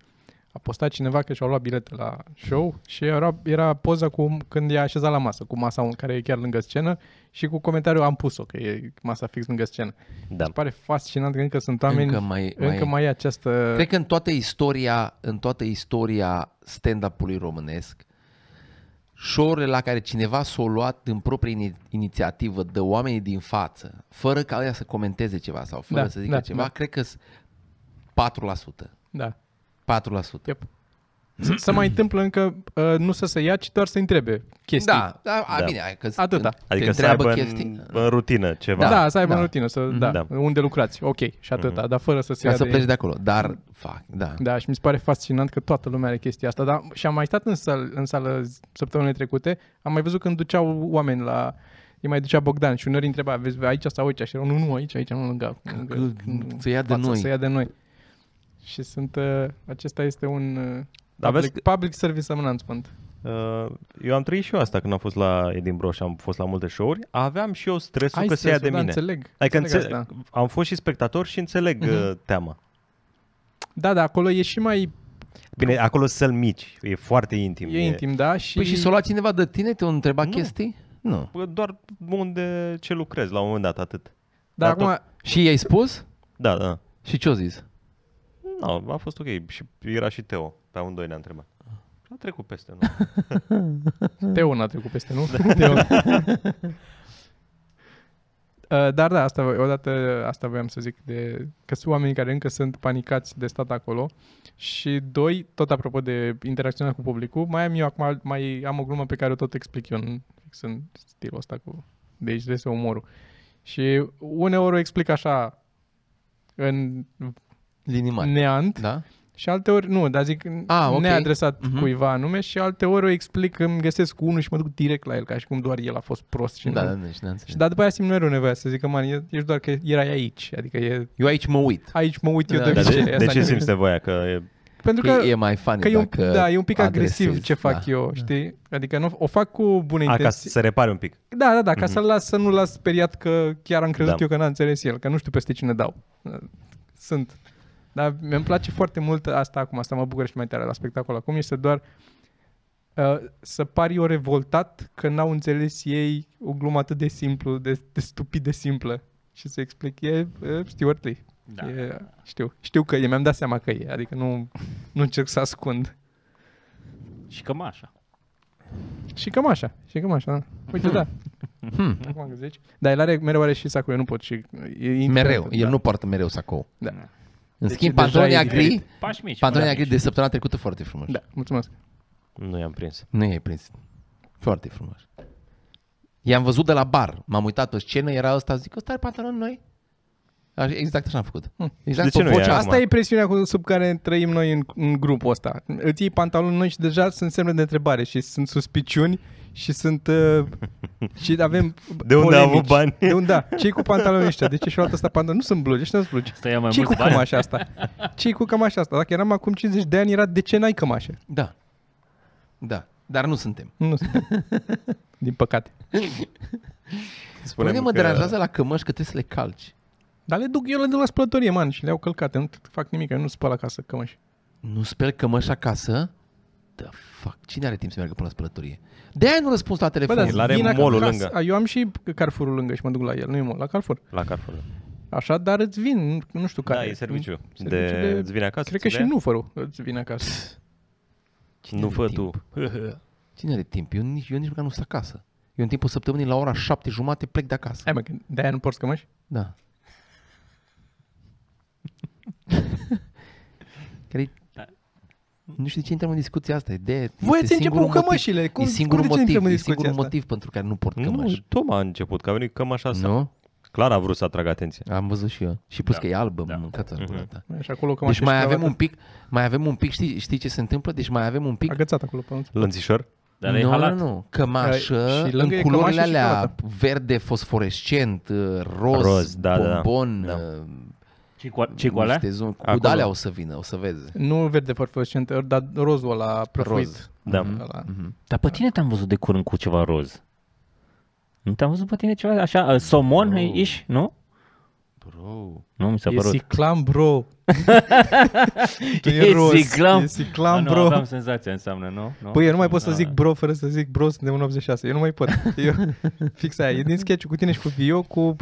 A postat cineva că și-au luat bilete la show și era, era poza cu când i-a așezat la masă, cu masa în care e chiar lângă scenă și cu comentariul am pus-o, că e masa fix lângă scenă. Da. Mi se pare fascinant că încă sunt oameni, Încă mai- mai- încă mai e această... Cred că în toată istoria, în toată istoria stand-up-ului românesc, show la care cineva s-a luat din proprie ini- inițiativă de oamenii din față, fără ca ăia să comenteze ceva sau fără Da, să zică da, ceva, da. cred că sunt 4%. Da. 4%. Yep. Să, să mai întâmplă încă, uh, nu să se ia, ci doar să întrebe chestii. Da, da, a, Da. bine, hai că Atâta. Adică te Adică să aibă întreabă în, chestii în rutină ceva. da, Da, da să aibă da. da. în rutină, să, da, Da. Mm-hmm. da, unde lucrați, ok, și atâta, dar fără să se ca ia să de- pleci de acolo. Dar, fac, da. Da, și mi se pare fascinant că toată lumea are chestia asta. Dar, și am mai stat în, sal, în sală z- săptămânile trecute, am mai văzut când duceau oameni la... Îi mai ducea Bogdan și unor îi întreba, vezi aici sau aici? Și erau, nu, nu, aici, aici, nu lângă. lângă- Că- în să ia de față, noi. Să ia de noi. Și sunt, uh, acesta este un uh, Dar vezi public, public service announcement. Uh, Eu am trăit și eu asta când am fost la Edinburgh și am fost la multe show-uri. Aveam și eu stresul Ai că se ia stresul, de da, mine. înțeleg. Adică Înțeleg înțeleg, asta. Mhm. am fost și spectator și înțeleg uh teama. Da, da, acolo e și mai Bine, acolo sunt mici, e foarte intim. E intim, da? Și, Păi și s-a luat cineva de tine, te-a întrebat Nu. chestii? Nu. Bă, Doar unde ce lucrez la un moment dat, atât. dar da, acum, Și i-ai spus? Da, da. Și ce-o zis? Nu, a fost ok. Și era și Teo. Pe amândoi ne-a întrebat. A trecut peste, nu? Teo n-a trecut peste, nu? Teo. Uh, Dar da, asta, odată asta voiam să zic, de, că sunt oamenii care încă sunt panicați de stat acolo și doi, tot apropo de interacțiunea cu publicul, mai am eu acum, mai am o glumă pe care o tot explic eu în, fix în stilul ăsta cu, de aici de umorul. Și uneori o explic așa în Linii mari. neant, Da? și alte ori, nu, dar zic Ah, A, ok. okay. neadresat Mhm. uh-huh. cuiva anume și alte ori o explic, îmi găsesc unul și mă duc direct la el, ca și cum doar el a fost prost. Și Da, nu. da, deci n-am Și înțeles. da, după aia simt nu era o nevoie să zic că, man, e- ești doar că erai aici, adică e, Eu aici mă uit. aici mă uit eu Da, de Dar obicei. de, de asta ce e- simți nevoia? Că e, Pentru Că, că, e mai funny că e un, dacă da, e un pic adresezi, agresiv ce fac da. eu, știi? Adică nu, o fac cu bună a, ca intenție. să se repare un pic. Da, da, da, ca să-l las, să nu-l las speriat că chiar am crezut Da. eu că n-a înțeles el, că nu știu peste cine dau. Sunt. Dar mi-mi place foarte mult asta acum, asta mă bucură și mai tare la spectacol acum, este doar uh, să pari eu revoltat că n-au înțeles ei o glumă atât de simplu, de, de stupid de simplă. Și să explic, e uh, Stuart Lee. Da. E, știu, știu că e, mi-am dat seama că e, adică nu, nu încerc să ascund. Și cam așa. Și cam așa, și cam așa. da. Uite, da. Acum că zici. Da, el are, mereu are și sacul, eu nu pot și... E indiferent, Mereu. da. El nu poartă mereu sacou. Da. În Deci schimb, deja pantalonii e agri, diferit. Pași mici. pantalonii pași agri de săptămâna trecută foarte frumos. da, mulțumesc. Nu i-am prins. Nu i-ai prins. Foarte frumos. I-am văzut de la bar. M-am uitat pe scenă, era ăsta, zic, ăsta are pantaloni noi? Așa- Exact așa am făcut. Hm. Exact De pe ce nu e vocea acum? asta. Asta e presiunea cu, sub care trăim noi în, în grupul ăsta. Îți iei pantaloni noi și deja sunt semne de întrebare și sunt suspiciuni și sunt... Uh, și avem De unde polemici. a avut bani? De unde, da. Ce-i cu pantalonii ăștia? De ce și-au luat ăsta pantaloni? Nu sunt blugi, ăștia nu sunt blugi. Să ia mai Ce-i cu mulți bani? cămașa asta? Ce-i cu cămașa asta? Dacă eram acum 50 de ani, era de ce n-ai cămașă? Da. Da. Dar nu suntem. Nu suntem. Din păcate. Pe Spuneam mine mă că- deranjează la cămăși că trebuie să le calci. Dar le duc, eu le duc la spălătorie, man, și le-au călcate. Nu fac nimic, eu nu spăl acasă cămăși. Nu speli cămăși acasă? The fuck? Cine are timp să meargă până la spălătorie? De-aia nu răspuns la telefon. da, la are vin acasă. mall-ul lângă. A, Eu am și Carrefour-ul lângă și mă duc la el, nu e mall, la Carrefour. La Carrefour. Așa, dar îți vin, nu- nu știu care. Mm. Da, e serviciu. Serviciu De, de- Îți vine acasă? Cred că ți și le- nu fără îți vine acasă. Nu are fă tu. timp? Cine are timp? Eu nici, eu nici măcar nu sunt acasă. Eu în timpul săptămânii la ora șapte jumate plec de acasă. Hai mă, că de-aia nu porți cămăși? Da. Care Da. nu știu de ce intrăm în discuția asta. e De, Voi ați este început singurul cu cămășile. Motiv, Cum- e cum singurul de ce motiv, intrăm în e discuția singurul asta? motiv pentru care nu port Nu, cămăș. Toma a început, că a venit cămașa asta. Nu? Clar a vrut să atragă atenția. Am văzut și eu. Și plus Da. că e albă, Da. da. mâncați Mhm. mm-hmm. da. Mai Și acolo cămașa Deci mai avem un pic, mai avem un pic, știi, știi ce se întâmplă? Deci mai avem un pic. Agățat acolo pe mânță. Lănțișor? Dar le-ai nu, halat. nu, nu, cămașă, Ai- și în lângă e culorile cămașă și alea, cravată. verde, fosforescent, uh, roz, Roz, da, da, da. bombon, uh, Da. Ce cu, ce cu alea? niște zone, cu Acolo. dalea o să vină, o să vezi. Nu verde fosforescent, dar rozul ăla prăfuit. Mhm. Roz. Mhm. Da. Ăla. Dar pe tine te-am văzut de curând cu ceva roz. Nu te-am văzut pe tine ceva așa, uh, somon Nu. no. ești, nu? Bro. Nu mi s-a E părut. ciclam, bro. Tu E roz, ciclam. E Da, ciclam, nu, bro. aveam senzația, înseamnă, nu? nu? Păi eu nu mai pot să Da. zic bro fără să zic bro, suntem în 86. Eu nu mai pot. Eu, fix aia. E din sketch cu tine și cu Vio, cu... Uh,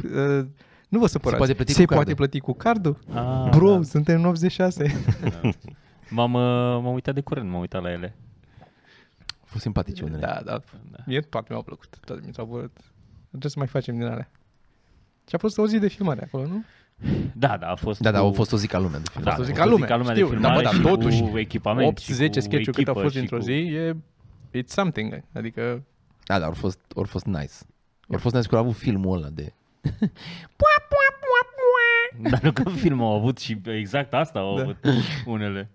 nu vă supărați. poate plăti Se cu poate cardul. plăti cu cardul? Ah, bro, da. suntem în 86. M-am, uh, m-am uitat de curând, m-am uitat la ele. A fost simpatice unele. da, da. Mie toate mi-au plăcut. Toate mi s-au părut. Trebuie să mai facem din alea. Și a fost o zi de filmare acolo, nu? Da, da, a fost Da, da, cu... a fost o zi ca lumea. De fapt. Da, fost o zi a ca fost lumea, ca lumea de știu, filmare da, bă, și dar cu totuși, echipament 8-10 sketch-uri cât câte au fost într-o zi, e... It's something. Adică... da, da au fost, or fost nice. Au fost nice că au avut filmul ăla de... Pua, pua, pua, pua. Dar nu că film au avut și exact asta au Da. avut unele.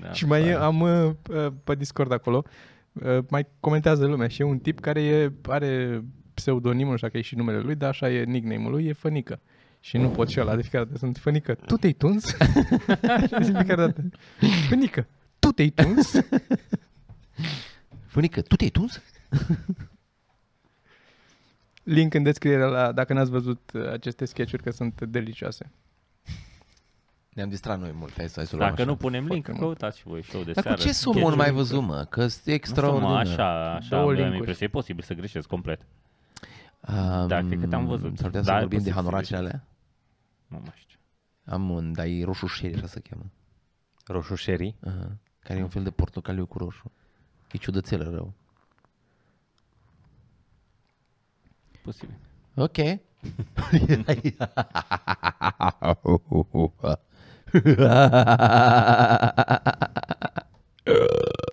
Da. Și mai e, am uh, uh, pe Discord acolo, uh, mai comentează lumea și e un tip care e, are pseudonimul, nu știu dacă e și numele lui, dar așa e nickname-ul lui, e Fănică. Și nu pot și ăla, de fiecare dată sunt Fănică, tu te-ai tuns? și de fiecare dată, Fănică, tu te-ai tuns? Fânică, tu te-ai tuns? Link în descriere la, dacă n-ați văzut uh, aceste sketch-uri, că sunt delicioase. Ne-am distrat noi mult. Hai să, hai să o luăm Dacă așa. nu punem link, foarte mult. căutați și voi show de Dar cu seară. ce sumă nu mai văzut, mă? Că e Extraordinar. extraordinar. Așa, așa, Două am link-uri. impresia. E posibil să greșesc complet. Um, Da, cred că te-am văzut. S-ar putea să Da, vorbim poți de să hanoracele alea? Nu mai știu. Amon, dar e roșu sherry, așa se cheamă. Roșu sherry. Aha. Care e un fel de portocaliu cu roșu. E ciudățelă rău. Posibil. Ok.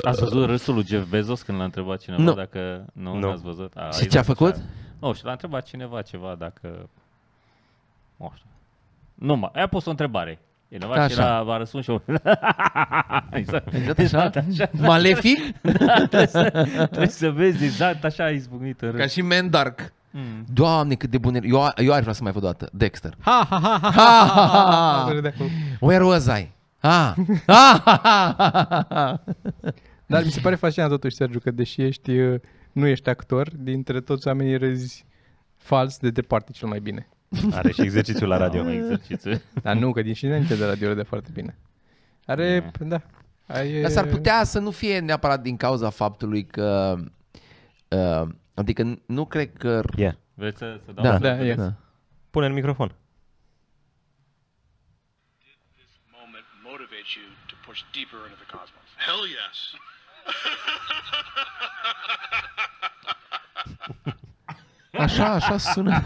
Ați văzut râsul lui Jeff Bezos când l-a întrebat cineva Uh, Nu. dacă... Nu, Nu. nu. ați văzut? A, Și e ce a drăguț făcut? aia. Nu, și l-a întrebat cineva ceva dacă... Nu știu. Nu, mă, aia a pus o întrebare. Cineva Așa. și l-a v-a răspuns și o... exact. Exact așa? Malefic? Trebuie să vezi exact așa a izbucnit în Ca râs. și Man Dark. Mm. Doamne, cât de bun era. Eu, eu aș vrea să mai văd o dată. Dexter. Ha, ha, ha, ha, Asta ha, e de acolo. Where was I? Ha, ha, ha, ha, ha, ha. Dar mi se pare fascinant totuși, Sergiu, că deși ești, uh, nu ești actor, dintre toți oamenii râzi fals de departe cel mai bine. Are și exercițiul la radio. Exact. Un exercițiu. Dar nu, că din și înainte de radio de foarte bine. Are, da. Ai, Dar s-ar putea să nu fie neapărat din cauza faptului că... Uh, adică nu cred că... Ia. Vreți să, să dau Da, să da, vedeți? e. da. Pune în microfon. Uh, moment motivates you to push deeper into the cosmos? Hell yes. Așa, așa sună.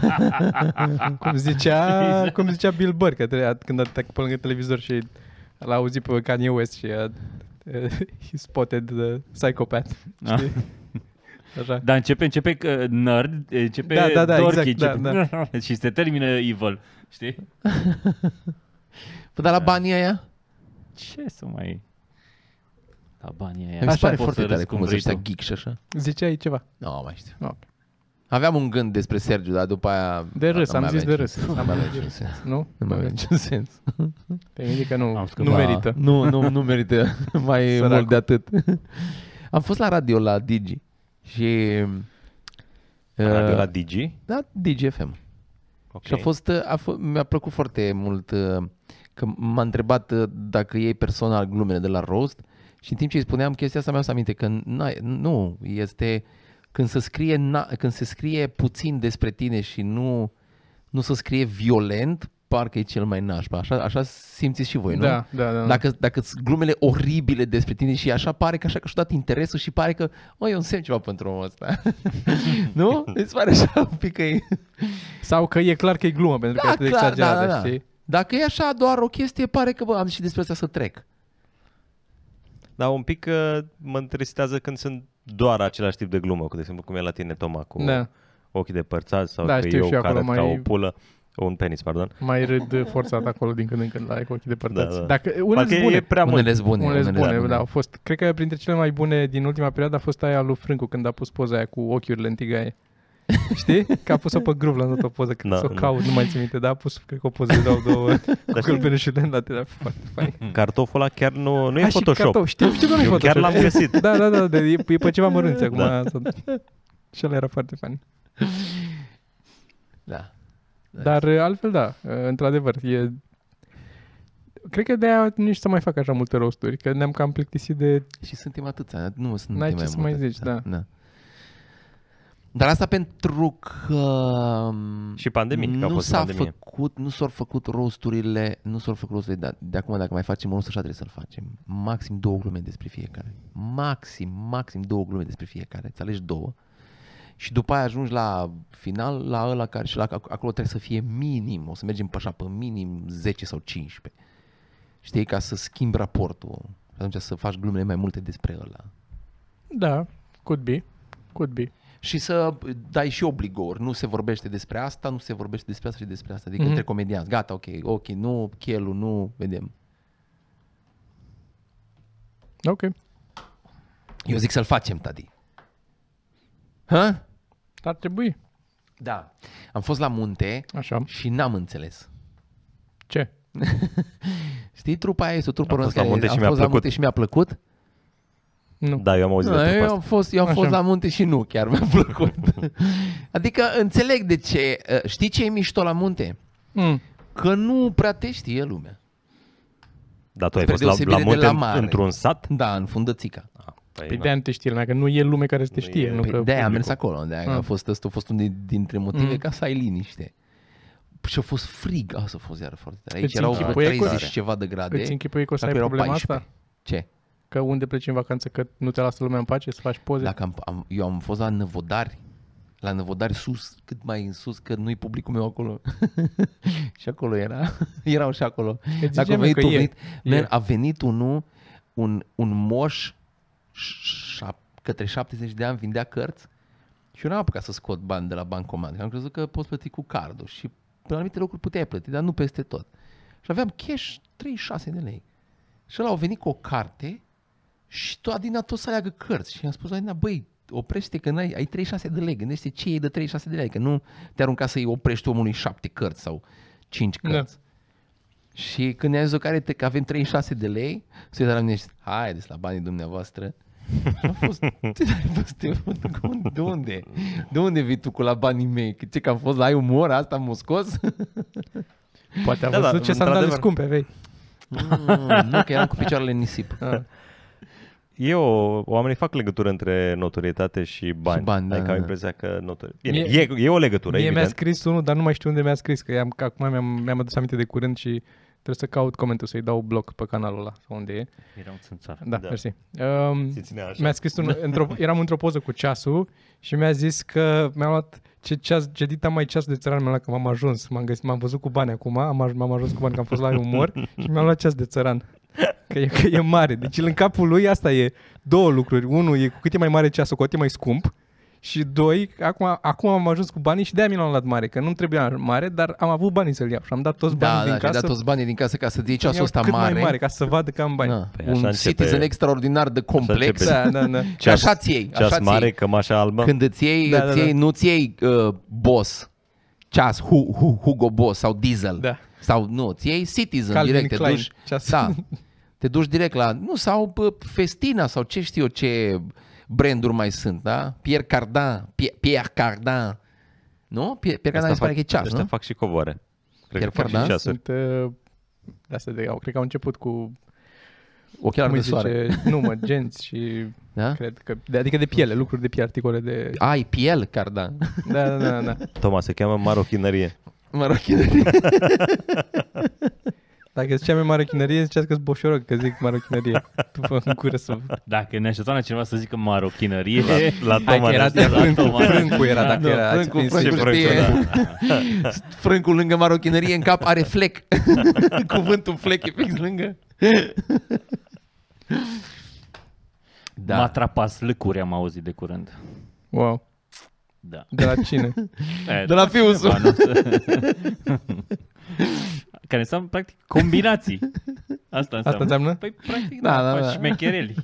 Cum zicea, cum zicea Bill Burr, că tre- at- când a trecut pe lângă televizor și l-a auzit pe Kanye West și a, he spotted the psychopath. Ah. Știi? Așa. Dar începe, începe că nerd, începe Da, da, da, dorky, exact, începe, da. și se termină evil, știi? Păi Da. dar la banii aia? Ce să mai... La banii aia. Mi se pare poți foarte să tare râzi cum sunt vrei ăștia tu. geek și așa. Ziceai ceva. Nu, no, mai știu. No. Aveam un gând despre Sergiu, dar după aia... De râs, Nu am mai zis de avea râs. niciun- Nu Am mai avea zis de niciun sens. Nu? Nu mai avea niciun sens. Te gândi că nu, Am nu scăpat. merită. Da. Nu, nu, nu merită mai Săracu. mult de atât. Am fost la radio la Digi și... Radio uh, la Digi. Da, Digi FM. Okay. Ok. Și a fost, uh, a f- mi-a plăcut foarte mult uh, că m-a întrebat uh, dacă iei personal glumele de la roast și în timp ce îi spuneam chestia asta mi-a adus aminte că n-ai- nu, este când se, scrie, na- când se scrie puțin despre tine și nu, nu se scrie violent, parcă e cel mai nașpa. Așa, așa simțiți și voi, nu? Da, da, da. Dacă, dacă sunt glumele oribile despre tine și așa pare că așa că și-a dat interesul și pare că, oi, eu însemn ceva pentru omul ăsta. nu? Îți pare așa un pic că e... Sau că e clar că e glumă, pentru Da, că e atât de exagerată, știi? Dacă e așa doar o chestie, pare că bă, am și despre asta să trec. Dar un pic uh, mă interesează când sunt doar același tip de glumă, cu de exemplu cum e la tine Toma cu Da. ochii de părțați sau Da, că știu eu și eu care acolo ca mai- o pulă, un penis, pardon. Mai râd forțat acolo din când în când la cu ochii depărtați. Da, da. Dacă, unele Parcă sunt e bune, prea mult. unele sunt bune. unele sunt Da, bune, sunt da, au fost. Cred că printre cele mai bune din ultima perioadă a fost aia lui Frâncu când a pus poza aia cu ochiurile în tigaie. Știi? Că a pus-o pe grup, l-am dat o poză, când Da, să o da. caut, nu mai țin minte, dar a pus, cred că o poză de dau două cu știi- călpereșurile în lateral. Foarte fain. Mm. Cartoful ăla chiar nu, nu e Ah, A, și Photoshop. cartof. Știu, știu că nu e Eu Photoshop. chiar l-am găsit. Da, da, da, de, e, e pe ceva mărunți acum. Da. asta. Și ăla era foarte fain. Da. Dar uh, altfel, da, uh, într-adevăr, e... Cred că de-aia nici să mai fac așa multe rosturi, că ne-am cam plictisit de... Și suntem atâția, nu sunt N-ai mai ce să mai multe. zici, da. da. Dar asta pentru că um, Și pandemie, că a nu fost s-a pandemie. făcut, nu s-au făcut rosturile, nu s-au făcut rosturile, dar de acum dacă mai facem unul, așa trebuie să-l facem. Maxim două glume despre fiecare. Maxim, maxim două glume despre fiecare. Îți alegi două. Și după aia ajungi la final, la ăla care și la, acolo trebuie să fie minim, o să mergem pe așa, pe minim 10 sau 15. Știi, ca să schimbi raportul. Și Atunci să faci glumele mai multe despre ăla. Da, could be, could be. Și să dai și obligori. Nu se vorbește despre asta, nu se vorbește despre asta și despre asta. Adică Mhm. mm-hmm. între comedianți. Gata, ok, ok, nu, chelu, nu, vedem. Ok. Eu zic să-l facem, Tadi. Ha? Ar trebui. Da. Am fost la munte Așa. și n-am înțeles. Ce? Știi, trupa aia este o trupă Am română fost la care- munte și am mi-a fost la plăcut. munte și mi-a plăcut. Nu. Da, eu am auzit de Da, trupa eu asta. am fost, eu am Așa. fost la munte și nu, chiar mi-a plăcut. adică înțeleg de ce. uh, Știi ce e mișto la munte? Păi Mm. Că nu prea te știe lumea. Dar Da, tu ai spre fost la, deosebire la de munte la în- mare. într-un sat? Da, în fundățica. Ah, păi Păi na. de-aia nu te știe lumea, că nu e lume care să te Nu știe. e. Nu, Păi că de-aia am publicul- mers acolo, de-aia a Ah. fost, ăsta a fost unul dintre motive Mm. ca să ai liniște. și a fost frig, asta a fost iară foarte tare. Aici Îți erau vreo închipui că- 30 și ceva de grade. Îți închipui că o să Acolo ai erau problema asta? Ce? Că unde pleci în vacanță, că nu te lasă lumea în pace, să faci poze. Dacă am, am, eu am fost la Năvodari, la Năvodari sus, cât mai în sus, că nu-i publicul meu acolo. și acolo era, erau și acolo. Dacă a zicem venit, că a e. venit, man, E. a venit unul, un, un moș, șap, către 70 de ani, vindea cărți și eu n-am apucat să scot bani de la bancomat. Am crezut că poți plăti cu cardul și pe anumite lucruri puteai plăti, dar nu peste tot. Și aveam cash 36 de lei. Și ăla au venit cu o carte și tu, Adina, tot să aleagă cărți. Și i-am spus, Adina, băi, oprește că n-ai, ai 36 de lei, gândește ce e de 36 de lei, că nu te arunca să-i oprești omului șapte cărți sau cinci Da. cărți. Și când i-am zis care te, că avem 36 de lei, se uită la mine și zice, haideți la banii dumneavoastră. Și Am fost, ce ai fost, Stefan? Cum- de unde? De unde vii tu cu la banii mei? Că Ce că am fost la ai umor asta, m-a scos? Poate a Da, da, văzut ce sandale într-adevăr. scumpe, vei. Mm, nu, că eram cu picioarele în nisip. Da, E o, oamenii fac legătură între notorietate și bani. Și bani, da, adică da, am da. impresia că notor... Bine, Mie- e, e, o legătură, Mie mi-a evident. scris unul, dar nu mai știu unde mi-a scris, că am, că acum mi-am, mi-am adus aminte de curând și trebuie să caut comentul, să-i dau bloc pe canalul ăla, sau unde e. Era un țânțar. Da, Da. da. mersi. Um, Ți ținea așa. mi-a scris un, într-o, eram într-o poză cu ceasul și mi-a zis că mi-a luat ce ceas, ce dita mai ceas de țăran mi-a luat, că m-am ajuns, m-am, găsit, m-am văzut cu bani acum, am, aj- m-am ajuns cu bani, că am fost la umor și mi-a luat ceas de țăran. Că e, că e mare. Deci el în capul lui asta e două lucruri. Unul e cu cât e mai mare ceasul, cu atât e mai scump. Și doi, acum, acum am ajuns cu banii și de-aia mi l-am luat mare, că nu trebuia mare, dar am avut banii să-l iau și am dat toți Da, banii da, din și-a casă. dat toți banii din casă ca să-ți iei să-mi ceasul iau ăsta cât mare. mai mare, ca să vadă că am bani. Da. Păi așa un începe- citizen extraordinar de complex. începe- Da, da, da. Și așa ți iei. Așa Ceas ți mare, iei. cămașa albă. Când îți iei, Da, da, da, îți iei da. nu-ți iei uh, boss, ceas, hu, hu, Hugo Boss sau Diesel. Da. Sau nu, îți iei Citizen Calvin direct. Te Klein, duci, ceas. da, te duci direct la... Nu, sau bă, Festina sau ce știu eu ce branduri mai sunt, da? Pierre Cardin, Pierre, Pierre Cardin. Nu? Pierre, Pierre Cardin mi se pare că e ceas, ăștia nu? fac și covoare. Chiar Cred da? că fac și Cardan? ceasuri. Sunt uh, astea de au, cred că au început cu Ochelari cum de îi soare. zice, nu mă, genți și Da? cred că de, adică de piele, lucruri de piele, articole de Ai, Pierre Cardin. da, da, da, da. Toma, se cheamă marochinărie. mă rog, chinerii. Dacă e cea mai mare chinerie, ziceați că sunt boșoroc, că zic marochinerie. Tu fă în cură să... Dacă ne așteptam la cineva să zică marochinărie, Eh, La Hai că da, Toma era de ne frâncul, frâncul era, dacă Da, era. ați frâncul, prins. frâncul, frâncul, da. știe. frâncul lângă marochinerie în cap are flec. Cuvântul flec e fix lângă. da. matrapas lâcuri am auzit de curând. Wow, Da. Eh, de la cine? E, De la fiusul. cineva, nu? Care înseamnă, practic, combinații. Asta înseamnă. înseamnă? Păi, practic, Da, da, da, da, da. da. șmechereli.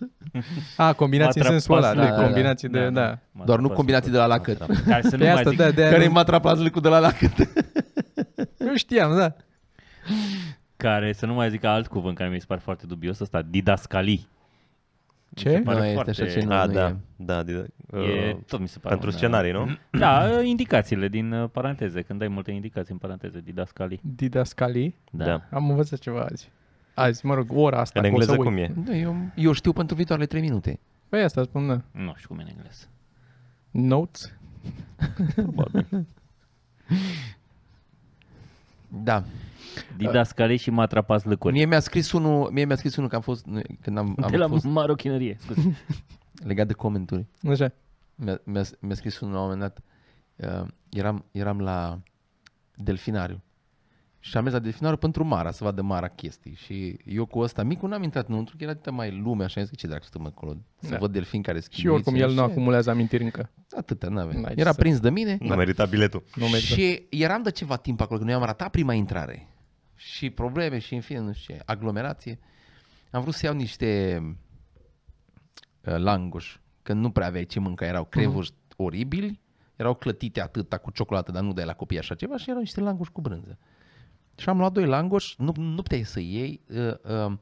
A, Ah, combinații în Matra sensul ăla, pas, da, da, da. combinații de... Da. Doar nu combinații de la Păi lacăt. Care să nu Pe mai asta, zic. da, de Care e aia nu- matraplazlicul de la lacăt? nu știam, da. Care să nu mai zic alt cuvânt care mi se pare foarte dubios ăsta, didascalii. Ce? pare Nu, este foarte- așa ce nu, A, nu da, e. da, de, E, uh, tot mi se pare pentru un, uh, scenarii, nu? Da, uh, indicațiile din uh, paranteze, când dai multe indicații în paranteze, didascalii. Didascalii. Da. Da. da. Am învățat ceva azi. Azi, mă rog, ora asta. În că o să engleză uit. cum e? Da, eu, eu știu pentru viitoarele 3 minute. Păi asta spun, da. Nu știu cum e în engleză. Notes. Da. Ă. Didascalii și matrapas lăcuri. Mie mi-a scris unul, mie mi-a scris unul că am fost când am, de la am fost marochinărie, scuze. legat de comentarii. Așa. Mi-a, mi-a, mi-a scris unul la un moment dat, uh, eram, eram la delfinariu și am mers la delfinariu pentru Mara, să vadă Mara chestii. Și eu cu ăsta micul n-am intrat înăuntru, că era atâta mai lume, așa am zis, ce dracu stăm acolo, să Da. văd delfini care schimb. Și oricum el nu acumulează amintiri încă. Atâta, n-avea. N-ai ce Era să- prins de mine. Nu merita biletul. Nu merge. Și eram de ceva timp acolo, că noi am ratat prima intrare. Și probleme și în fine, nu știu ce, aglomerație. Am vrut să iau niște uh, langoș, că nu prea aveai ce mânca, Mhm. erau crevoși uh-huh. oribili, erau clătite atâta cu ciocolată, dar nu dai la copii așa ceva și erau niște langoși cu brânză. Și am luat doi langoși, nu, nu puteai să iei, uh, uh,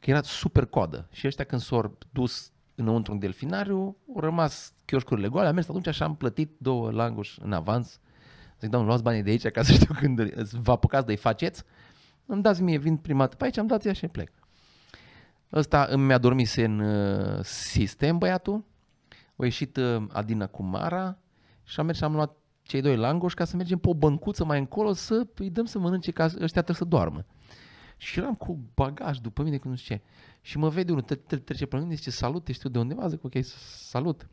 că era super coadă. Și ăștia când s-au dus înăuntru în delfinariu, au rămas chioșcurile goale, am mers atunci și am plătit două langoși în avans. Zic, doamne, luați banii de aici ca să știu când îl- vă apucați de-i faceți. Îmi dați mie, vin prima dată pe aici, am dat ea și plec. Ăsta îmi mi-a dormise în uh, sistem băiatul. A ieșit uh, Adina cu Mara și am mers și am luat cei doi langoși ca să mergem pe o băncuță mai încolo să îi dăm să mănânce ca ăștia trebuie să doarmă. Și eram cu bagaj după mine, cu nu știu ce. Și mă vede unul, tre- tre- trece pe lângă mine, zice, salut, ești tu de undeva? Zic, ok, salut.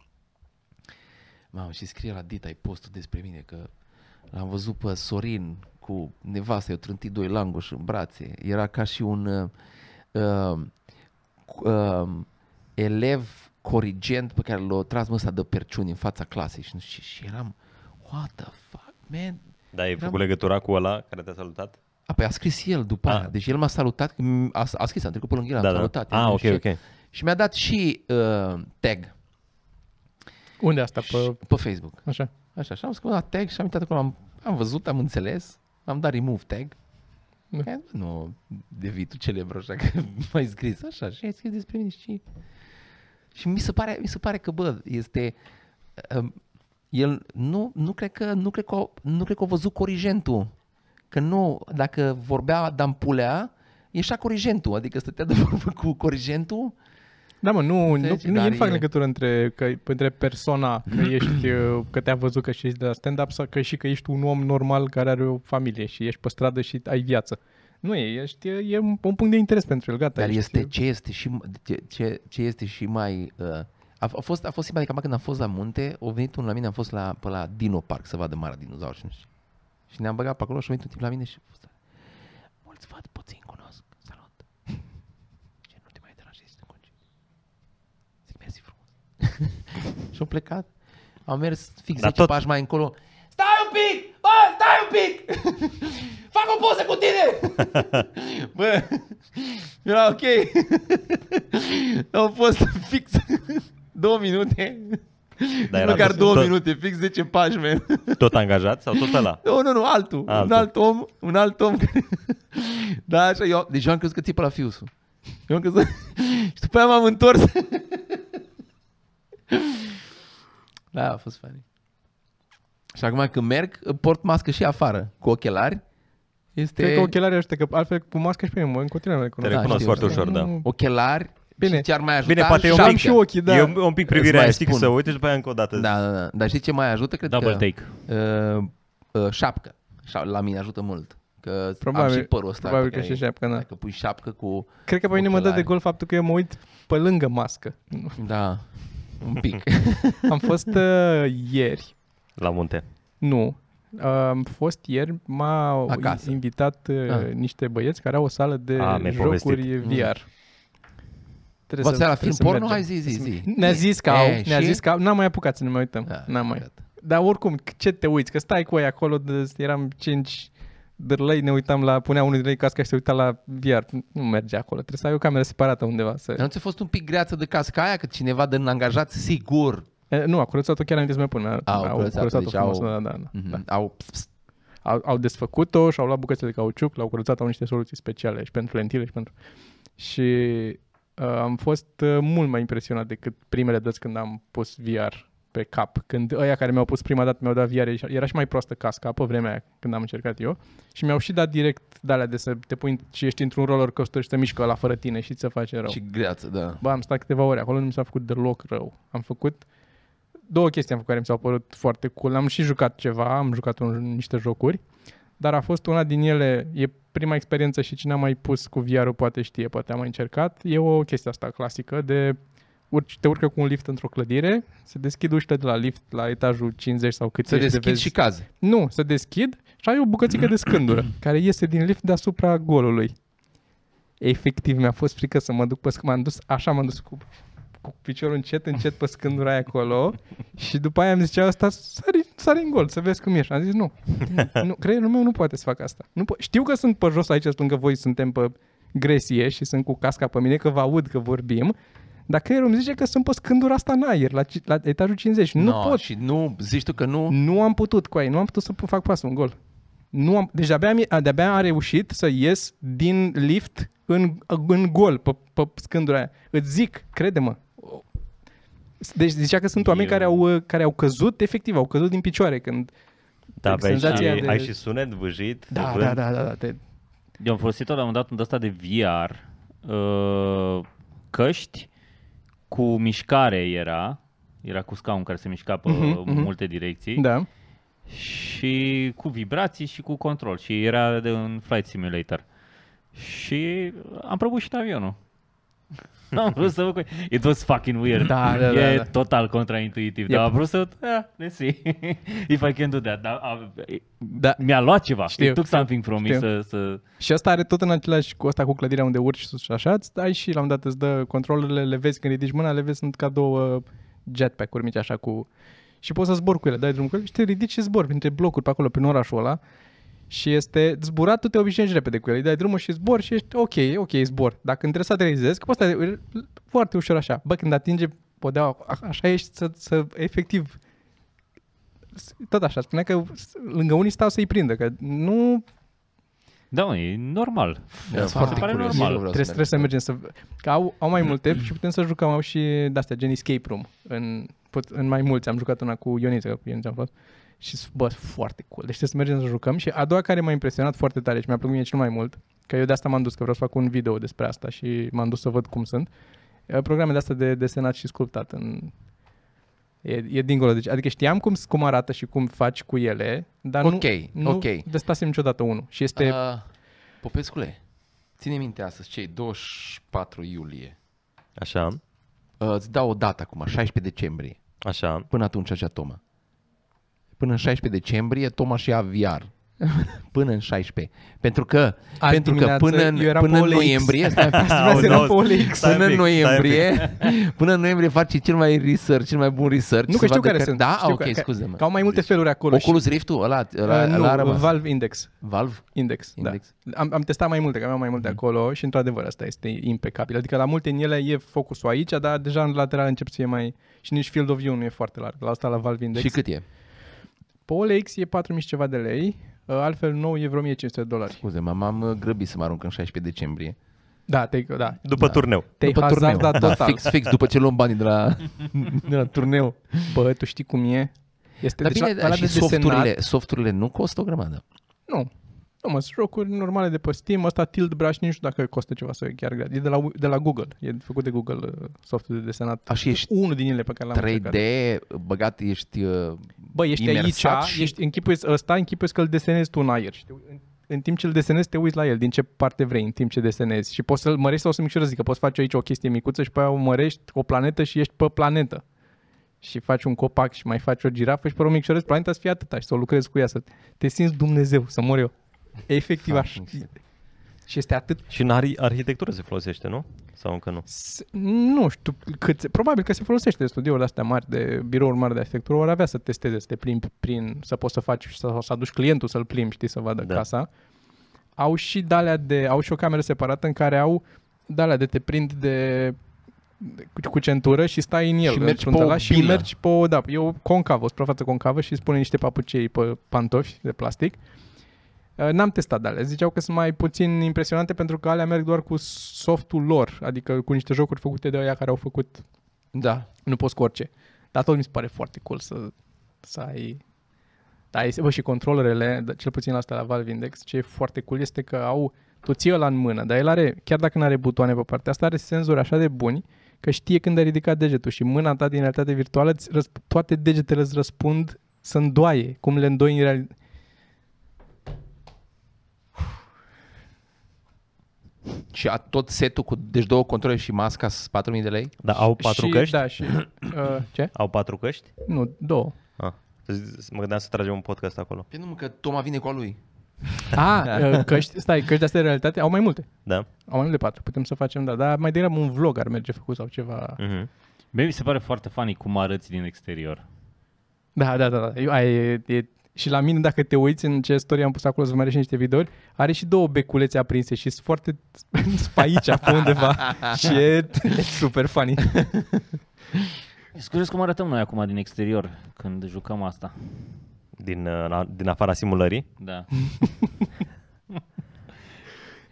Mamă, și scrie la Dita, ai postul despre mine, că l-am văzut pe Sorin cu nevasta, i-au trântit doi langoși în brațe. Era ca și un uh, uh, uh, elev corigent pe care l-a tras măsa de perciuni în fața clasei și, nu știu, ce. și eram, what the fuck, man? Da. Dar ai Eram- făcut legătura cu ăla care te-a salutat? A, păi a scris el după Ah. aia. Deci el m-a salutat, m- a, a scris, am trecut pe lângă el, am Da, da. salutat. Ah, nu ok, știu ce. ok. Și mi-a dat și uh, tag Unde asta? Pe... pe Facebook. Așa. Așa, și am scăpat tag și am uitat acolo, am, am văzut, am înțeles, am dat remove tag. Da. Că Nu devii tu celebru așa că mai scris așa și ai scris despre mine și... Și mi se pare, mi se pare că, bă, este... Um, el nu, nu cred că nu cred că, o- nu cred că a văzut corigentul. Că nu, dacă vorbea Dampulea, ieșea corigentul, adică stătea de vorbă cu corigentul Da, mă, nu, nu, Înțelegi? nu, eu Dar nu fac e- legătură între, că, între persona, că ești, uh, că te-a văzut că și ești de la stand-up sau că și că ești un om normal care are o familie și ești pe stradă și ai viață. Nu e, ești, e, e un un punct de interes pentru el, gata. Dar ești- este, ce, este și, m- ce- ce, ce este și mai... Uh, a, f- a, fost, a fost simpatică, când am fost la munte, a venit unul la mine, am fost la, pe la Dino Park să vadă marea dinozaur și nu știu. ce. Și ne-am băgat pe acolo și a venit un tip la mine și a fost Mulți văd, puțin cunosc, salut. Ce nu te mai deranjezi în concediu. Zic, mersi frumos. și am plecat. Am mers fix Dar 10 tot- pași mai încolo. Stai un pic! Bă, stai un pic! Fac o poză cu tine! Bă, era ok. Au fost fix două minute. Dar Dar era Măcar tot- două tot- minute, fix 10 pași, man. Tot angajat sau tot ăla? Nu, nu, nu, altul. altul. Un Altul. alt om, un alt om. care- da, așa, eu, deci eu am crezut că țipă la fiusul. Eu am crezut... și după aia m-am întors. da, a fost funny. Și acum când merg, port mască și afară, cu ochelari. Este... Cred că ochelarii ăștia, că altfel cu mască și pe mine, mă, în continuare mă Te recunosc. Da, recunosc știu, știu. foarte ușor, da. Nu- ochelari Bine. Bine. și ce ar mai ajuta? Bine, poate eu am șapte. și ochii, da. Eu un pic Îți privirea, mai știi, că spun. să uite și după aia încă o dată. Da, da, da. Dar știi ce mai ajută? Cred Double că, take. Uh, uh, șapcă. Șa- La mine ajută mult. Că am Probabil- și părul ăsta. probabil pe că care- și șapcă, da. Dacă pui șapcă cu... Cred că pe mine mă dă de Ochelari. gol faptul că eu mă uit pe lângă mască. Da, un pic. Am fost uh, ieri, La munte. Da, nu, uh, am fost ieri, m-au Acasă. invitat uh, Ah. niște băieți care au o sală de Ah, mi-ai jocuri povestit. VR. Trebuie Vă la trebuie film să porno? mergem. Hai zi, zi, zi. Ne-a zis că au, E, ne-a și? zis că au, n-am mai apucat să ne mai uităm. Da, n-am mai. gata. Dar oricum, c- ce te uiți? Că stai cu ei acolo, de, eram 5 dârlei, ne uitam la, punea unul dintre ei casca și se uita la VR. Nu merge acolo, trebuie să ai o cameră separată undeva. Să... Dar nu ți-a fost un pic greață de casca aia? Că cineva de angajat, sigur. E, Nu, a curățat-o chiar înainte să mai pun. Au, Au curățat-o, curățat-o deci frumos, au- da, da, da. Da. Au, pst, pst, Au, au desfăcut-o și au luat bucățele de cauciuc, l-au curățat, au niște soluții speciale și pentru lentile și pentru... Și uh, am fost uh, mult mai impresionat decât primele dăți când am pus VR pe cap. Când ăia care mi-au pus prima dată mi-au dat VR, și- era și mai proastă casca pe vremea aia când am încercat eu și mi-au și dat direct de alea de să te pui în- și ești într-un roller coaster și te mișcă la fără tine și ți se face rău. și greață, da. Bă, am stat câteva ore acolo, nu mi s-a făcut deloc rău. Am făcut două chestii am făcut care mi s-au părut foarte cool. Am și jucat ceva, am jucat un, niște jocuri, dar a fost una din ele, e prima experiență și cine a mai pus cu vr poate știe, poate a mai încercat. E o chestie asta clasică de urci, te urcă cu un lift într-o clădire, se deschid ușile de la lift la etajul 50 sau cât Să ești de deschid vezi- și caze. nu, să deschid și ai o bucățică de scândură care iese din lift deasupra golului. Efectiv, mi-a fost frică să mă duc pe sc- M-am dus, așa m-am dus cu, cu piciorul încet, încet pe scândura aia acolo și după aia îmi zicea asta, sari, sari în gol, să vezi cum ești. Am zis, nu, nu creierul meu nu poate să facă asta. Nu po- Știu că sunt pe jos aici, lângă voi suntem pe gresie și sunt cu casca pe mine, că vă aud că vorbim, dar creierul îmi zice că sunt pe scândura asta în aer, la, ci- la etajul 50. Nu No, pot. Și nu, zici tu că nu... Nu am putut cu ei, nu am putut să fac pasul în gol. Nu am, deci de-abia, mi- de-abia am reușit să ies din lift în, în gol, pe, pe scândura aia. Îți zic, crede-mă. Deci zicea că sunt oameni Eu- care au, uh, care au căzut, efectiv, au căzut din picioare când... Da, aveai și, senzația de... de- ai și sunet vâjit. Da, vânt. da, da, da, da, te, Eu am folosit-o la un moment dat un de-asta de VR, uh, căști, cu mișcare era, era cu scaun care se mișca pe Mhm, mhm. multe direcții da. și cu vibrații și cu control și era de un flight simulator. Și am prăbușit avionul. Am vrut să văd cu... It was fucking weird. Da, da, e da, da. total contraintuitiv, yep. dar am vrut să... Yeah, let's see. If I can do that. Dar, a, Da. mi-a luat ceva. Știu, Știu, It took something from me știu. să... să... Și asta are tot în același, cu asta cu clădirea unde urci sus și așa, îți dai și la un dat îți dă controlele, le vezi când ridici mâna, le vezi sunt ca două jetpack-uri mici așa cu... Și poți să zbori cu ele, dai drum cu ele și te ridici și zbori printre blocuri pe acolo, prin orașul ăla. Și este zburat, tu te obișnuiești repede cu ele, îi dai drumul și zbori și ești ok, ok, zbor. Dacă trebuie să aterizezi, că poți să aterizezi foarte ușor așa. Bă, când atinge podeaua, a- așa ești să, să efectiv tot așa, spunea că s- lângă unii stau să-i prindă, că nu Da, mă, e normal. Da, Se foarte pare curios. normal. Eu vreau Trebuie, trebuie să să mergem să... Că au, au mai mult timp și putem să jucăm, au și de-astea, gen escape room. În, pot, în mai mulți, am jucat una cu Ioniță, că cu Ioniță am fost. Și bă, foarte cool. Deci trebuie să mergem să jucăm. Și a doua care m-a impresionat foarte tare și mi-a plăcut mie cel mai mult, că eu de asta m-am dus, că vreau să fac un video despre asta și m-am dus să văd cum sunt, e, programe de astea de desenat și sculptat în, E, e dincolo, deci, adică știam cum, cum arată și cum faci cu ele, dar Ok, nu, ok. nu destasem niciodată unul. Și este Te... Uh, Popescule, ține minte astăzi, ce e? 24 iulie. Așa, Uh, îți dau o dată acum, 16 decembrie. așa. Până atunci acea Toma. Până în 16 decembrie, Toma și ia VR. Până în 16. Pentru că, Azi pentru că dimineață până, în, eu eram până pe în OLX. noiembrie, stai, Vreau să eram pe Auzi, OLX. stai un până în pic, stai un pic. noiembrie, până în noiembrie faci cel mai research, cel mai bun research. Nu să că știu vadă care sunt. Da, știu ok, că- că- scuze-mă. Deci, Că au mai multe feluri acolo. și- Oculus Rift-ul ăla, ăla, Uh, ăla nu, a rămas. Valve Index. Valve? Index, Index. Index. Da. Am, am testat mai multe, că aveam mai multe acolo și într-adevăr asta este impecabil. Adică la multe în ele e focusul aici, dar deja în lateral încep să fie mai... Și nici field of view nu e foarte larg. La asta la Valve Index. Și cât e? Pe OLX e 4000 și ceva de lei, uh, altfel nou e vreo 1500 de dolari. Scuze, mă, m-am uh, grăbit să mă arunc în 16 decembrie. Da, te, da. După da. turneu. Te-ai după turneu. hazardat total. Da, fix, fix, după ce luăm banii de la, de la turneu. Bă, tu știi cum e? Este Dar deci bine, la, ăla și de desenat- softurile, softurile nu costă o grămadă. Nu. Nu, mă, sunt jocuri normale de pe Steam. Ăsta Tilt Brush nici nu știu dacă costă ceva să e chiar gratis. E de la, de la Google. E făcut de Google uh, softul de desenat. Așa ești Unul din ele pe care l-am încercat. 3D, băgat ești... uh, Bă, ești aici, imersat și... și- ești, închipuiesc, ăsta închipuiesc că îl desenezi tu în aer. Știi? În, în timp ce îl desenezi, te uiți la el, din ce parte vrei, în timp ce desenezi. Și poți să-l mărești sau să micșorezi, că poți face aici o chestie micuță și pe aia o mărești o planetă și ești pe planetă. Și faci un copac și mai faci o girafă și pe urmă micșorezi planeta să fie atâta și să o lucrezi cu ea, să te simți Dumnezeu, să mor eu. Efectiv așa. Și este atât Și în ari- arhitectură se folosește, nu? Sau încă nu? S- Nu știu cât, se- probabil că se folosește de studiouri astea mari, de birouri mari de arhitectură, ori avea să testeze, să te plimbi prin, să poți să faci și să, să aduci clientul să-l plimbi, știi, să vadă Da. da. casa. Au și dalea de, au și o cameră separată în care au dalea de te prind de de- cu, cu centură și stai în el Și în mergi pe frontal, o și bilă. mergi pe o, da, e o concavă, o suprafață concavă și îți pune niște papucei pe pantofi de plastic Uh, N-am testat alea. Ziceau că sunt mai puțin impresionante pentru că alea merg doar cu softul lor, adică cu niște jocuri făcute de aia care au făcut, Da. nu poți cu orice. Dar tot mi se pare foarte cool să, să ai... Da, este, bă, și controlerele, da, cel puțin la asta la Valve Index, ce e foarte cool este că au tu ții ăla în mână, dar el are, chiar dacă nu are butoane pe partea asta, are senzori așa de buni că știe când ai ridicat degetul și mâna ta din realitate virtuală, îți răsp- toate degetele îți răspund să îndoaie, cum le îndoi în realitate. Și a, tot setul cu deci două controle și masca sunt 4000 de lei? Dar au patru și, căști? Da, și... Uh, ce? Au patru căști? Nu, două. Ah. Z- Mă gândeam să tragem un podcast acolo. Păi nu, mă, că Toma vine cu a lui. A, uh, căști, stai, căști de-astea de realitate au mai multe. Da? Au mai multe patru, putem să facem, da, dar mai degrabă un vlog ar merge făcut sau ceva. Mhm. Mie mi se pare foarte funny cum arăți din exterior. Da, da, da, da. Eu, aia e, e, și la mine, dacă te uiți în ce story am pus acolo să vă mărești niște videouri, are și două beculețe aprinse și sunt foarte sp- pe aici, pe undeva. și e, e super funny. Sunt curios cum arătăm noi acum din exterior când jucăm asta. Din, uh, la- din afara simulării. Da.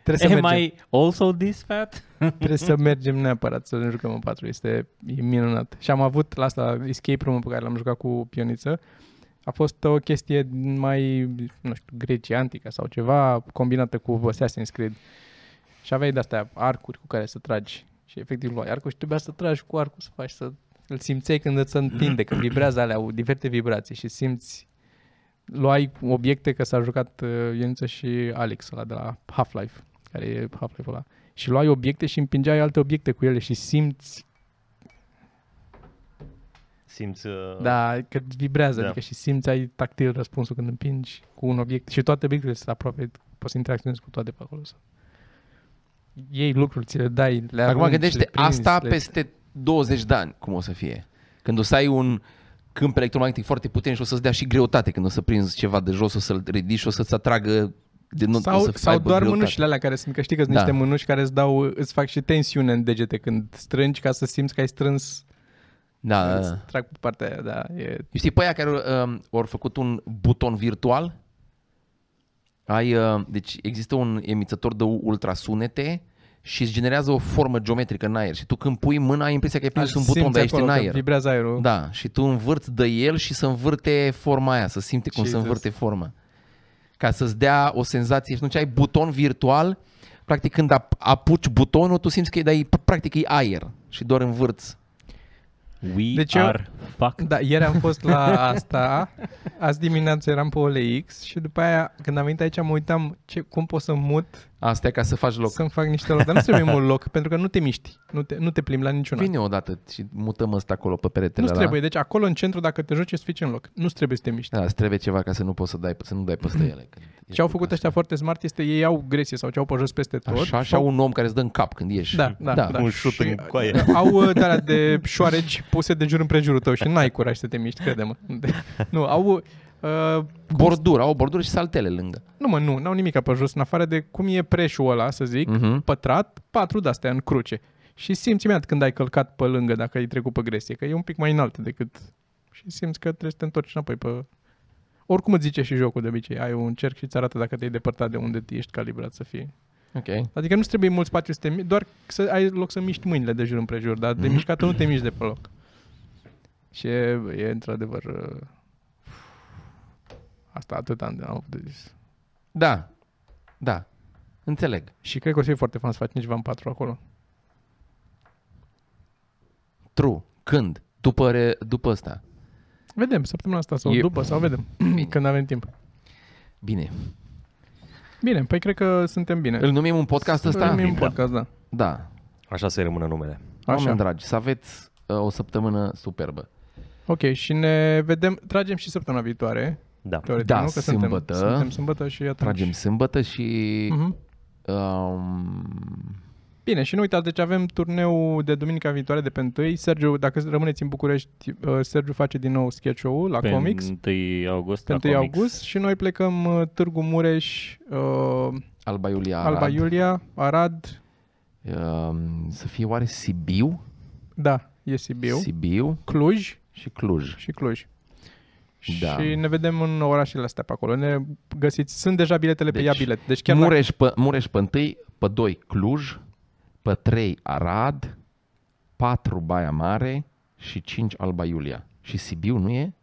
Trebuie să, Am mergem, I also this fat? trebuie să mergem neapărat să ne jucăm în patru. Este e minunat. Și am avut la asta escape room pe care l-am jucat cu pioniță. a fost o chestie mai, nu știu, Grecia antică sau ceva, combinată cu Assassin's Creed. Și aveai de-astea arcuri cu care să tragi. Și efectiv luai arcul și trebuia să tragi cu arcul să faci să îl simțeai când îți se întinde, când vibrează alea, au diferite vibrații și simți luai obiecte, că s-a jucat uh, Ionuță și Alex ăla de la Half-Life, care e Half-Life-ul ăla. Și luai obiecte și împingeai alte obiecte cu ele și simți, Simți... Ah. uh, da, că vibrează, da. da. adică și simți, ai tactil răspunsul când împingi cu un obiect și toate obiectele sunt aproape, poți să interacționezi cu toate pe acolo. Sau. Iei lucruri, ți le dai, le Acum arunci, le gândește prinzi, asta le... peste 20 de ani, cum o să fie. Când o să ai un câmp electromagnetic foarte puternic și o să-ți dea și greutate când o să prinzi ceva de jos, o să-l ridici și o să-ți atragă de nu o sau, să sau aibă doar greutate. mânușile alea care sunt, că știi că sunt Da. da. niște mânuși care îți, dau, îți fac și tensiune în degete când strângi ca să simți că ai strâns Da, da, Îți da. trag pe partea aia, da. E, Știi, pe aia care um, au făcut un buton virtual, ai, uh, deci există un emițător de ultrasunete și îți generează o formă geometrică în aer și tu când pui mâna ai impresia că ai prins un simți buton, dar ești acolo în că aer. Vibrează aerul. Da, și tu învârți de el și să învârte forma aia, să simte cum se Jesus. învârte forma. Ca să-ți dea o senzație. Și atunci ai buton virtual, practic când ap- apuci butonul, tu simți că e, dai, practic e aer și doar învârți. We Deci eu- are eu... fucked. Da, ieri am fost la asta, azi dimineață eram pe OLX și după aia când am venit aici mă uitam ce, cum pot să mut, Asta e ca să faci loc. să-mi fac niște loc, dar nu trebuie mult loc pentru că nu te miști, nu te, nu te plimbi la niciuna. Vine odată și mutăm ăsta acolo pe peretele nu ăla. trebuie, deci acolo în centru dacă te joci e suficient loc, nu trebuie să te miști. Da, îți trebuie ceva ca să nu poți să dai, să nu dai peste ele. când e Ce au cu făcut casă. ăștia foarte smart este ei au gresie sau ce au pe jos peste tot. Așa, așa sau- un om care îți dă în cap când ieși. Da, da, da. Un șut Și, în coaie. uh, Au de alea de șoareci puse de jur împrejurul tău și n-ai curaj să te miști, crede-mă. Nu, au... Uh, Bordură, au bordură și saltele lângă. nu mă, nu, n-au nimic pe jos, în afară de cum e preșul ăla, să zic, Mhm. uh-huh. pătrat, patru de-astea în cruce. Și simți imediat când ai călcat pe lângă, dacă ai trecut pe gresie, că e un pic mai înalt decât... Și simți că trebuie să te întorci înapoi pe... Oricum îți zice și jocul de obicei, ai un cerc și îți arată dacă te-ai depărtat de unde ești calibrat să fii. Ok. Adică nu trebuie mult spațiu să te mi- doar să ai loc să miști mâinile de jur împrejur, dar de mișcat nu te miști de pe loc. Și e, e într-adevăr... uh, Asta atât am, am avut de zis. Da, da, înțeleg. Și cred că o să fie foarte fan să faci nici Van 4 acolo. True. Când? După, re, după asta. Vedem, săptămâna asta sau E- e... după, sau vedem, când avem timp. Bine. Bine, păi cred că suntem bine. Îl numim un podcast ăsta? Primim Da. podcast, da. Da. Așa să-i rămână numele. Oameni Așa. dragi, să aveți uh, o săptămână superbă. Ok, și ne vedem, tragem și săptămâna viitoare. Da. Teoretic, Da, nu? Că sâmbătă. Suntem, suntem sâmbătă și atunci. Tragem sâmbătă și... Mhm. Um, Bine, și nu uitați, deci avem turneu de duminica viitoare de pe 1. Sergiu, dacă rămâneți în București, uh, Sergiu face din nou sketch ul la Pe Comics, 1 august pe la 1 Comics. august și noi plecăm uh, Târgu Mureș, uh, Alba Iulia Arad. Alba Iulia, Arad, Um, să fie oare Sibiu? da, e Sibiu, Sibiu Cluj și Cluj. și Cluj. Da. Și ne vedem în orașele astea pe acolo. Ne găsiți, sunt deja biletele pe Deci, Ia Bilet. Deci chiar Chiar Mure... Mureș, pe, Mureș pe 1, pe 2 Cluj, pe 3 Arad, 4 Baia Mare și 5 Alba Iulia. Și Sibiu nu e?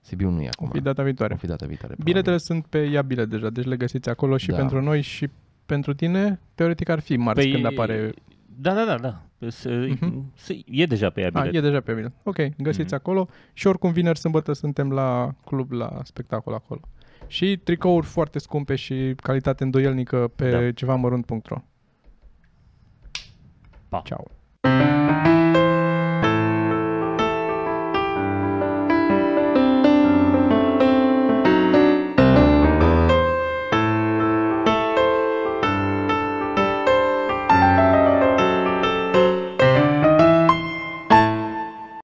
Sibiu nu e acum. dacă fi data O viitoare. fi data viitoare. Biletele sunt pe Ia Bilet deja, deci le găsiți acolo și Da. pentru noi și pentru tine. Teoretic ar fi marți Păi- când apare Da, da, da, da. Se, Mhm. se, e deja pe ea A, bilet. Ah, e deja pe bilet. Ok, găsiți Mhm. acolo și oricum vineri, sâmbătă suntem la club, la spectacol acolo. Și tricouri foarte scumpe și calitate îndoielnică pe Da. da. cevamărunt.ro Pa. Ceau!